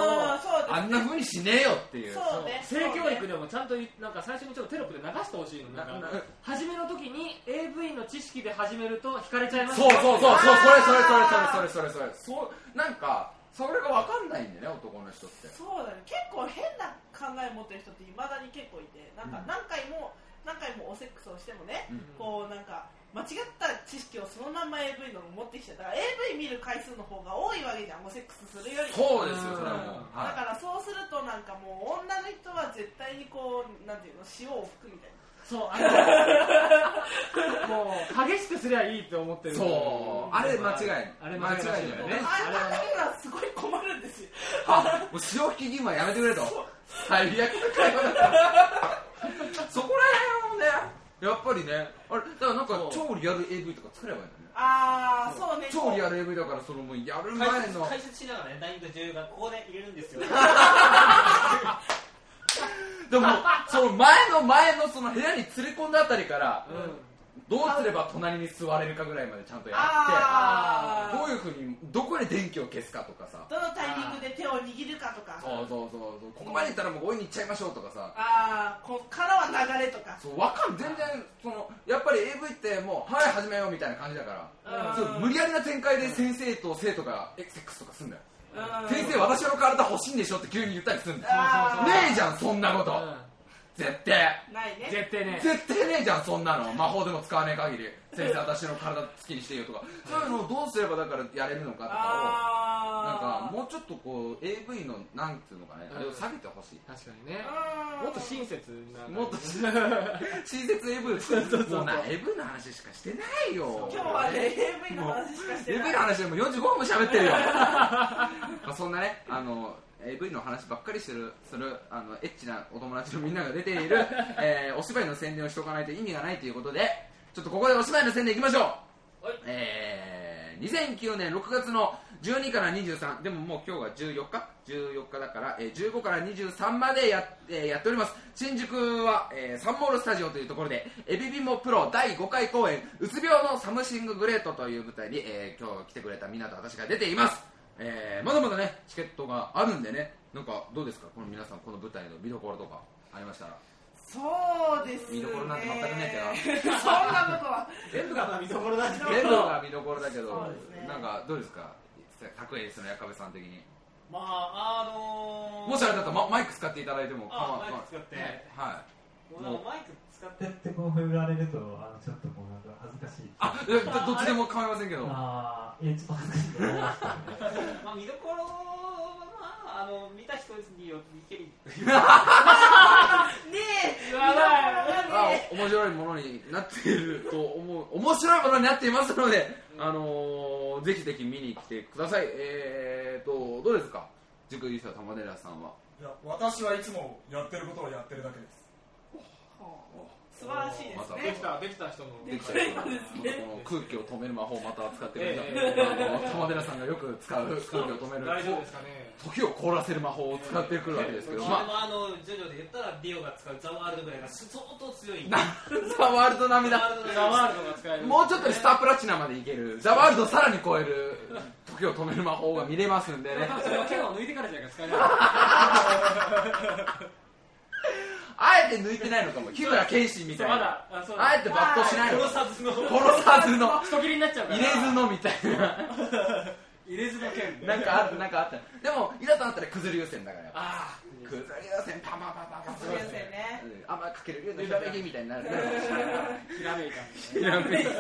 [SPEAKER 1] あんなふうにしねえよってい
[SPEAKER 3] で
[SPEAKER 1] う
[SPEAKER 3] すそうね
[SPEAKER 4] 性教育でもちゃんとなんか最初にちょっとテロップで流してほしいのなん
[SPEAKER 1] な
[SPEAKER 4] か
[SPEAKER 1] な
[SPEAKER 4] 始めの時に AV の知識で始めると惹かれちゃいます
[SPEAKER 1] そうそうそうそう
[SPEAKER 3] あー
[SPEAKER 1] それそれそれそれそれそれそれそうなんかそれが分かんないんだよね男の人って
[SPEAKER 3] そうだね結構変な考え持ってる人っていまだに結構いてなんか
[SPEAKER 1] うん
[SPEAKER 3] 何回も何回もおセックスをしてもね、
[SPEAKER 1] うん
[SPEAKER 3] こうなんか間違った知識をそのまんま AV の持ってきちゃったら AV 見る回数の方が多いわけじゃんおセックスするより
[SPEAKER 1] そうですよそれはもう、
[SPEAKER 3] だ
[SPEAKER 1] は
[SPEAKER 3] からそうするとなんかもう女の人は絶対にこうなんていうの塩を吹くみたいな
[SPEAKER 4] そうあのもう激しくすりゃいいって思って
[SPEAKER 1] い、
[SPEAKER 4] る
[SPEAKER 1] そうあれ間違い
[SPEAKER 4] あれ間違い
[SPEAKER 1] 間
[SPEAKER 4] だ
[SPEAKER 1] 違いだよ
[SPEAKER 4] よ
[SPEAKER 1] ね
[SPEAKER 4] ね
[SPEAKER 3] あれ
[SPEAKER 4] あれは
[SPEAKER 3] だけがすごい困るんですよ
[SPEAKER 1] あもう潮吹き義務はやめてくれと最悪の会話だったそこら辺をねやっぱりねあれだからなんか超リアル AV とか作ればいいんだね
[SPEAKER 3] ああそうね
[SPEAKER 1] 超リアル AV だからそのもうやる前の
[SPEAKER 6] 解説しながらね何と10がここで入れるんですよ
[SPEAKER 1] でもその前の前のその部屋に連れ込んだあたりから、どうすれば隣に座れるかぐらいまでちゃんとやってど
[SPEAKER 3] あ
[SPEAKER 1] ういうふうにどこで電気を消すかとかさ
[SPEAKER 3] あどのタイミングで手を握るかとか
[SPEAKER 1] そうそうそうそうここまで行ったらもう追いに行っちゃいましょうとかさ
[SPEAKER 3] ああこっからは流れとか
[SPEAKER 1] そうわかん全然そのやっぱり AV ってもうはい始めようみたいな感じだから、
[SPEAKER 3] うん
[SPEAKER 1] そう無理やりな展開で先生と生徒がエセックスとかすんだよ、
[SPEAKER 3] うん
[SPEAKER 1] 先生私の体欲しいんでしょって急に言ったりすんだよ
[SPEAKER 3] あー
[SPEAKER 1] ねえじゃんそんなこと、絶対
[SPEAKER 3] ないね
[SPEAKER 4] 絶対ね
[SPEAKER 1] 絶対ねえじゃんそんなの魔法でも使わねえ限り先生私の体好きにしていいよとかそういうのをどうすればだからやれるのかとかをなんか
[SPEAKER 3] あ
[SPEAKER 1] もうちょっとこう AV のなんていうのかねあれを下げてほしい
[SPEAKER 4] 確かにね
[SPEAKER 3] あ
[SPEAKER 4] もっと親切な
[SPEAKER 1] もっと親切 AV を作るもうな AV の話しかしてないよ
[SPEAKER 3] 今日はね AV の話しかして
[SPEAKER 1] AV
[SPEAKER 3] な い
[SPEAKER 1] の話でもう45分も喋ってるよまあそんなねあの AV の話ばっかりしてるするあのエッチなお友達のみんなが出ている、えーお芝居の宣伝をしておかないと意味がないということでちょっとここでお芝居の宣伝いきましょう、えー2009年6月の12から23でももう今日が14日14日だから、えー15から23までや,、えーやっております新宿は、えーサンモールスタジオというところでエビビモプロ第5回公演うつ病のサムシンググレートという舞台に、えー今日来てくれたみんなと私が出ていますえーまだまだねチケットがあるんでねなんかどうですかこの皆さんこの舞台の見どころとかありましたら
[SPEAKER 3] そうですね
[SPEAKER 1] 見どころなんて全くねえ
[SPEAKER 3] そんなことは
[SPEAKER 4] 全部がまあ見どころだけど
[SPEAKER 1] 全部が見どころだけど、
[SPEAKER 3] そうですね
[SPEAKER 1] なんかどうですか卓演室の矢壁さん的に
[SPEAKER 6] まああのー、
[SPEAKER 1] もしあれだったらママイク使っていただいても
[SPEAKER 6] あ
[SPEAKER 1] 構わ
[SPEAKER 6] マイク使って
[SPEAKER 1] ねはい
[SPEAKER 6] もうなんかマイク使って
[SPEAKER 7] やってこう振られるとあのちょっとこうなんか恥ずかしいあ
[SPEAKER 1] あいやどどっちでも構いませんけど
[SPEAKER 7] あーいやちょっと恥ずかしいと思いましたね
[SPEAKER 6] まあ見どころはまああの見た人によって見けり
[SPEAKER 3] ねえ
[SPEAKER 4] やばい
[SPEAKER 3] 見どころ
[SPEAKER 1] あ
[SPEAKER 3] がね
[SPEAKER 1] 面白いものになっていると思う面白いものになっていますので、あのーぜひぜひ見に来てくださいえーとどうですか塾優勝玉寺さんはい
[SPEAKER 5] や私はいつもやってることをやってるだけです
[SPEAKER 3] 素晴らしいで
[SPEAKER 1] ますた
[SPEAKER 2] でき
[SPEAKER 3] ね
[SPEAKER 2] たできた人の
[SPEAKER 1] できた
[SPEAKER 3] り
[SPEAKER 1] り
[SPEAKER 3] ま
[SPEAKER 1] こ
[SPEAKER 3] すね
[SPEAKER 1] の空気を止める魔法をまた使ってくれた、
[SPEAKER 2] え
[SPEAKER 1] あの玉寺さんがよく使う空気を止める
[SPEAKER 2] 大丈夫ですかね
[SPEAKER 1] 時を凍らせる魔法を使ってくるわけですけど、
[SPEAKER 6] ま
[SPEAKER 1] ま
[SPEAKER 6] あ、あのジョジョで言ったらディオが使うザワールドぐらいが相当強い
[SPEAKER 1] あザワールド並み
[SPEAKER 6] ザワ
[SPEAKER 1] だ
[SPEAKER 6] ールドぐらい
[SPEAKER 2] ザワールドが使える
[SPEAKER 1] もうちょっとでスタープラチナまでいけるザワールドをさらに超える時を止める魔法が見れますんでね
[SPEAKER 2] それは剣を抜いてからじゃないか使えない
[SPEAKER 1] あえて抜いてないのかも日村謙信みたい
[SPEAKER 2] ま
[SPEAKER 1] な
[SPEAKER 2] だあそうだ
[SPEAKER 1] あえて抜刀しないの
[SPEAKER 6] 殺さずの
[SPEAKER 1] 殺さずの
[SPEAKER 2] 人切りになっちゃうから
[SPEAKER 1] 入れずのみたいな
[SPEAKER 2] 入れずの剣
[SPEAKER 1] なんかあったなんかあったでもいざとなったら崩れ優先だからやっぱ
[SPEAKER 2] あ
[SPEAKER 1] 崩れ優先パンパンパンパンパン
[SPEAKER 3] そうですよね
[SPEAKER 1] うんあんまかける竜のひらめきみたいになるなるかもしれな
[SPEAKER 2] あひら
[SPEAKER 1] い
[SPEAKER 2] めいた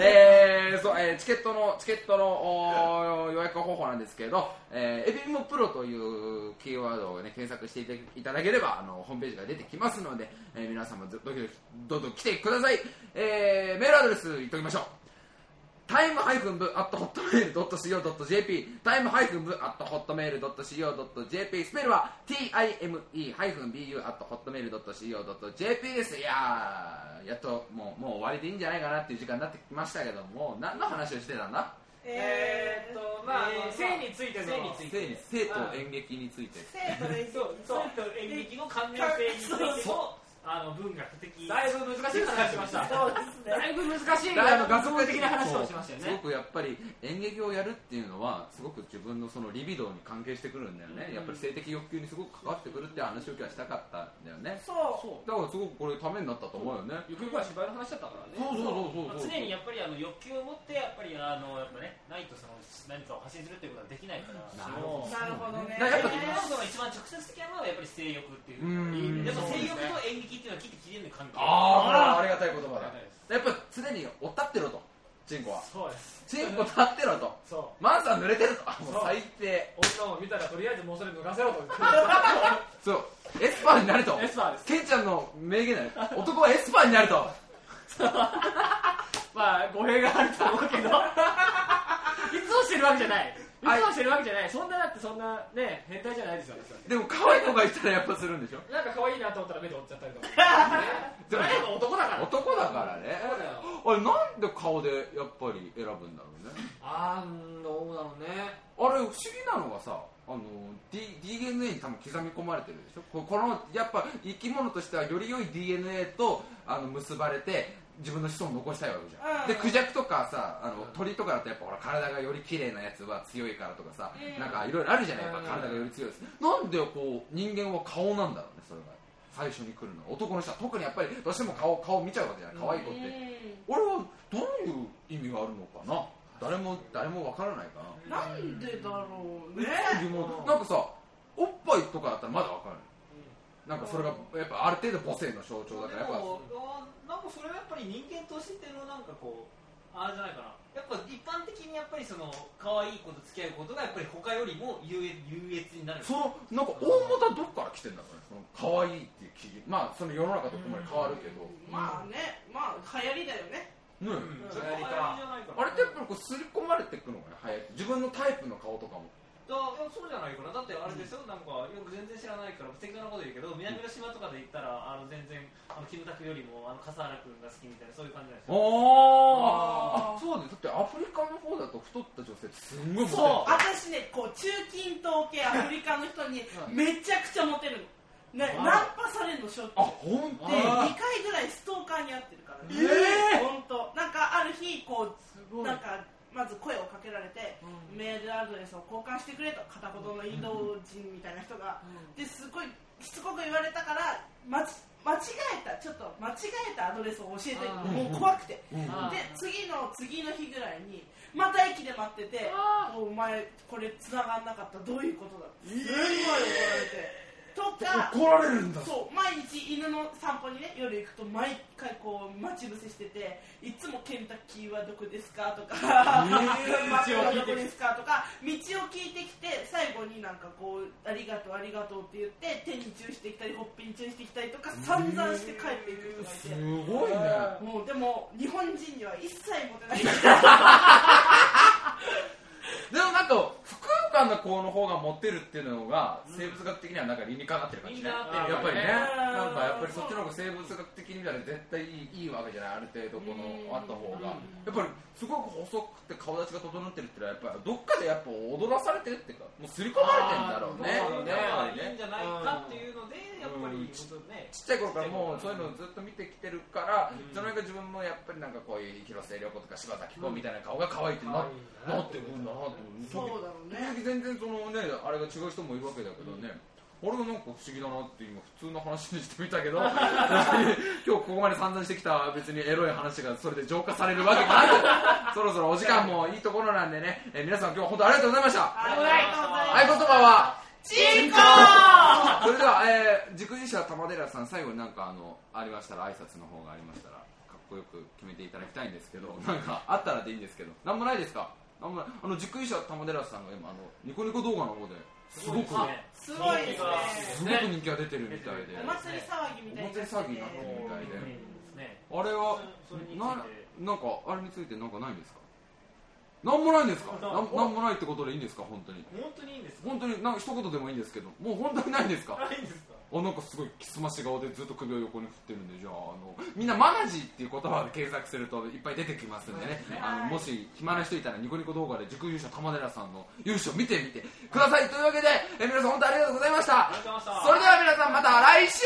[SPEAKER 1] えーそうえーチケットのチケットのおー予約方法なんですけど、えー、エビビモプロというキーワードを、ね、検索していたいただければあのホームページが出てきますので、えー皆様ずどきどきどんどん来てください、えーメールアドレス言っておきましょうタイムハイフン部アットホットメールドット CO.jp タイムハイフン部アットホットメールドット CO.jp スペルは TIME ハイフン BU アットホットメールドット CO.jp ですいやーやっともうもう終わりでいいんじゃないかなっていう時間になってきましたけども何の話をしてたんだ
[SPEAKER 3] え
[SPEAKER 6] えー
[SPEAKER 3] ー
[SPEAKER 6] っ
[SPEAKER 3] と
[SPEAKER 6] とまあ、
[SPEAKER 2] えー
[SPEAKER 6] 性についての
[SPEAKER 2] 性につい
[SPEAKER 1] 生理生と演劇について
[SPEAKER 3] 生徒で
[SPEAKER 6] そうそう演劇の関連性についてのあの文学的
[SPEAKER 4] だいぶ難しい話しました
[SPEAKER 3] そうですね
[SPEAKER 4] だいぶ難しい
[SPEAKER 1] だい
[SPEAKER 4] あの
[SPEAKER 1] ぶ
[SPEAKER 4] 学問的な話をしました
[SPEAKER 1] そうす
[SPEAKER 4] よね
[SPEAKER 1] ごくやっぱり演劇をやるっていうのはすごく自分のそのリビドーに関係してくるんだよね、やっぱり性的欲求にすごく関わってくるって話を今日はしたかったんだよね
[SPEAKER 3] そう
[SPEAKER 1] だからすごくこれためになったと思うよね、
[SPEAKER 2] ゆくゆくは芝居の話だったからね
[SPEAKER 1] そうそうそうそうそう
[SPEAKER 6] 常にやっぱりあの欲求を持ってやっぱりあのやっぱねないとその何かを発信するっていうことはできないか
[SPEAKER 1] な
[SPEAKER 6] ら
[SPEAKER 1] るほ
[SPEAKER 3] なるほどね
[SPEAKER 1] だからやっぱ
[SPEAKER 6] 演劇のその一番直接的なものはやっぱり性欲っていう
[SPEAKER 1] うん
[SPEAKER 6] やっぱ性欲と演劇っていうのは切って切れんの関係
[SPEAKER 1] ああありがたい言葉
[SPEAKER 2] ありがたいで
[SPEAKER 1] だやっぱ常におったってろとチンコは
[SPEAKER 4] そうです
[SPEAKER 1] チンコ立ってろと
[SPEAKER 4] そう
[SPEAKER 1] マンさん濡れてるとあもう
[SPEAKER 4] そう
[SPEAKER 1] 最低
[SPEAKER 4] 女を見たらとりあえずもうそれ脱がせろと
[SPEAKER 1] そうエスパーになれと
[SPEAKER 4] エスパーです
[SPEAKER 1] ケンちゃんの名言だよ男はエスパーになれと
[SPEAKER 4] まあ語弊があると思うけどいつもしてるわけじゃないいつもしてるわけじゃないそんなだってそんなね変態じゃないですよ私
[SPEAKER 1] でも可愛い子がいたらやっぱするんでしょ
[SPEAKER 4] なんか可愛いなと思ったら目で追っちゃったりとか
[SPEAKER 1] で
[SPEAKER 4] そ
[SPEAKER 1] も
[SPEAKER 4] れはやっぱ男だから
[SPEAKER 1] 男だからね
[SPEAKER 4] そうだよ
[SPEAKER 1] あれなんで顔でやっぱり選ぶんだろうね
[SPEAKER 4] あーどうだろうね
[SPEAKER 1] あれ不思議なのがさあの D DNA に多分刻み込まれてるでしょここのやっぱ生き物としてはより良い DNA とあの結ばれて自分の子孫を残したいわけじゃん、
[SPEAKER 3] うん
[SPEAKER 1] でクジャクとかさあの鳥とかだとやっぱほら体がより綺麗なやつは強いからとかさ、
[SPEAKER 3] うん
[SPEAKER 1] なんかいろいろあるじゃないやっぱ
[SPEAKER 4] うん
[SPEAKER 1] 体がより強いです、なんでこう人間は顔なんだろうねそれが最初に来るの男の人は特にやっぱりどうしても顔顔見ちゃうわけじゃない可愛い子って、
[SPEAKER 3] う
[SPEAKER 1] 俺はどういう意味があるのかな誰も誰もわからないかな、
[SPEAKER 3] んなんでだろうね
[SPEAKER 1] 疑問なんかさおっぱいとかだったらまだわかる、なんかそれがやっぱある程度母性の象徴だからやっぱ
[SPEAKER 6] でもあーなんかそれはやっぱり人間としてのなんかこうあれじゃないかなやっぱ一般的にやっぱりその可愛い子と付き合うことがやっぱり他よりも優越優越になる
[SPEAKER 1] そのなんか大元はどっから来てんだろうねその可愛いっていう基準まあその世の中とともに変わるけど、
[SPEAKER 3] まあねまあ流行りだよね
[SPEAKER 1] ねえ
[SPEAKER 6] それは流行りじゃないかな
[SPEAKER 1] あれってやっぱりこう刷り込まれていくのがね流行って自分のタイプの顔とかも
[SPEAKER 6] だいやそうじゃないかなだってあれですよ、なんかよく全然知らないから適当なこと言うけど南の島とかで行ったらあの全然あのキムタクよりもあの笠原君が好きみたいなそういう感じなんですよ
[SPEAKER 1] ああそうねだってアフリカの方だと太った女性ってすんごいモテる
[SPEAKER 3] そう私ねこう中近東系アフリカの人にめちゃくちゃモテるの、ね、ナンパされるのしょっちゅ
[SPEAKER 1] あ
[SPEAKER 3] う
[SPEAKER 1] ほんと
[SPEAKER 3] で2回ぐらいストーカーに遭ってるからね
[SPEAKER 1] え
[SPEAKER 3] 本当なんかある日こ
[SPEAKER 2] す
[SPEAKER 3] う
[SPEAKER 2] ごい
[SPEAKER 3] なんかまず声をかけられて、メールアドレスを交換してくれと片言のインド人みたいな人が、ですごいしつこく言われたからまち間違えたちょっと間違えたアドレスを教えて
[SPEAKER 4] あー
[SPEAKER 3] もう怖くて
[SPEAKER 1] うんうん
[SPEAKER 4] あー
[SPEAKER 3] で次の次の日ぐらいにまた駅で待ってて「お前これ繋がんなかったどういうことだ」ってすごい怒られて。とか
[SPEAKER 1] 怒られるんだ
[SPEAKER 3] そう毎日犬の散歩にね夜行くと毎回こう待ち伏せしてていつもケンタッキーはどこですかとか、マックはどこですかとか道を聞いてきて最後になんかこうありがとうありがとうって言って手に注意してきたりほっぺに注意してきたりとか散々して帰っていく人がい
[SPEAKER 1] す
[SPEAKER 3] て。
[SPEAKER 1] ごいね
[SPEAKER 3] もうでも日本人には一切モテない
[SPEAKER 1] でもなんか副空間の子の方がモテるっていうのが生物学的にはなんか理にかなってる感じね
[SPEAKER 4] 理に
[SPEAKER 2] って
[SPEAKER 4] かな
[SPEAKER 2] る
[SPEAKER 1] やっぱりね
[SPEAKER 3] うん
[SPEAKER 1] なんかやっぱりそっちの方が生物学的に見たら絶対いいいいわけじゃないある程度このあった方がやっぱりすごく細くて顔立ちが整ってるっていうのはやっぱりどっかでやっぱ踊らされてるっていうかもう刷り込まれてるんだろうね
[SPEAKER 6] そう
[SPEAKER 1] やっぱ
[SPEAKER 6] だ
[SPEAKER 1] り
[SPEAKER 6] ねいいん
[SPEAKER 1] ね
[SPEAKER 6] じゃないかっていうのでやっぱり本当ね
[SPEAKER 1] ちっちゃい頃からもうそういうのをずっと見てきてるから、その辺が自分もやっぱりなんかこういう広末涼子とか柴咲コウみたいな顔が可愛いってな,、なってくるんだなって
[SPEAKER 3] そうだろう
[SPEAKER 1] 時々
[SPEAKER 3] ね
[SPEAKER 1] 全然そのねあれが違う人もいるわけだけどね、あれがなんか不思議だなって今普通の話にしてみたけど今 日ここまで散々してきた別にエロい話がそれで浄化されるわけがなく そろそろお時間もいいところなんでね、えー皆さん今日は本当ありがとうございました
[SPEAKER 3] ありがとうございます
[SPEAKER 1] 合言葉
[SPEAKER 3] チンコ
[SPEAKER 1] はそれでは、えー、軸自社玉寺さん最後になんかあのありましたら挨拶の方がありましたらかっこよく決めていただきたいんですけど なんかあったらでいいんですけどなんもないですかなんもないあの軸自社玉寺さんが今あのニコニコ動画の方ですごく
[SPEAKER 3] すごいです
[SPEAKER 1] すごく人気が出てるみたいで、
[SPEAKER 3] ねお祭り騒ぎみたい
[SPEAKER 1] お
[SPEAKER 3] になって
[SPEAKER 1] 祭り
[SPEAKER 3] て
[SPEAKER 1] 騒ぎになってるみたいで、
[SPEAKER 4] ですね
[SPEAKER 1] あれは
[SPEAKER 4] それについて
[SPEAKER 1] ななんかあれについてなんかないんですかなんもないんですかなんなんもないってことでいいんですか本当に
[SPEAKER 4] 本当にいいんです
[SPEAKER 1] 本当になんか一言でもいいんですけどもう本当にないんですか
[SPEAKER 4] ないんですか
[SPEAKER 1] あなんかすごいきすまし顔でずっと首を横に振ってるんでじゃああのみんなマナジーっていう言葉で検索するといっぱい出てきますんでねあのもし暇な人いたらニコニコ動画で塾優勝玉寺さんの優勝見てみてくださいというわけでえ皆さん本当にありがとうございました
[SPEAKER 6] ありがとうございました
[SPEAKER 1] それでは皆さんまた来週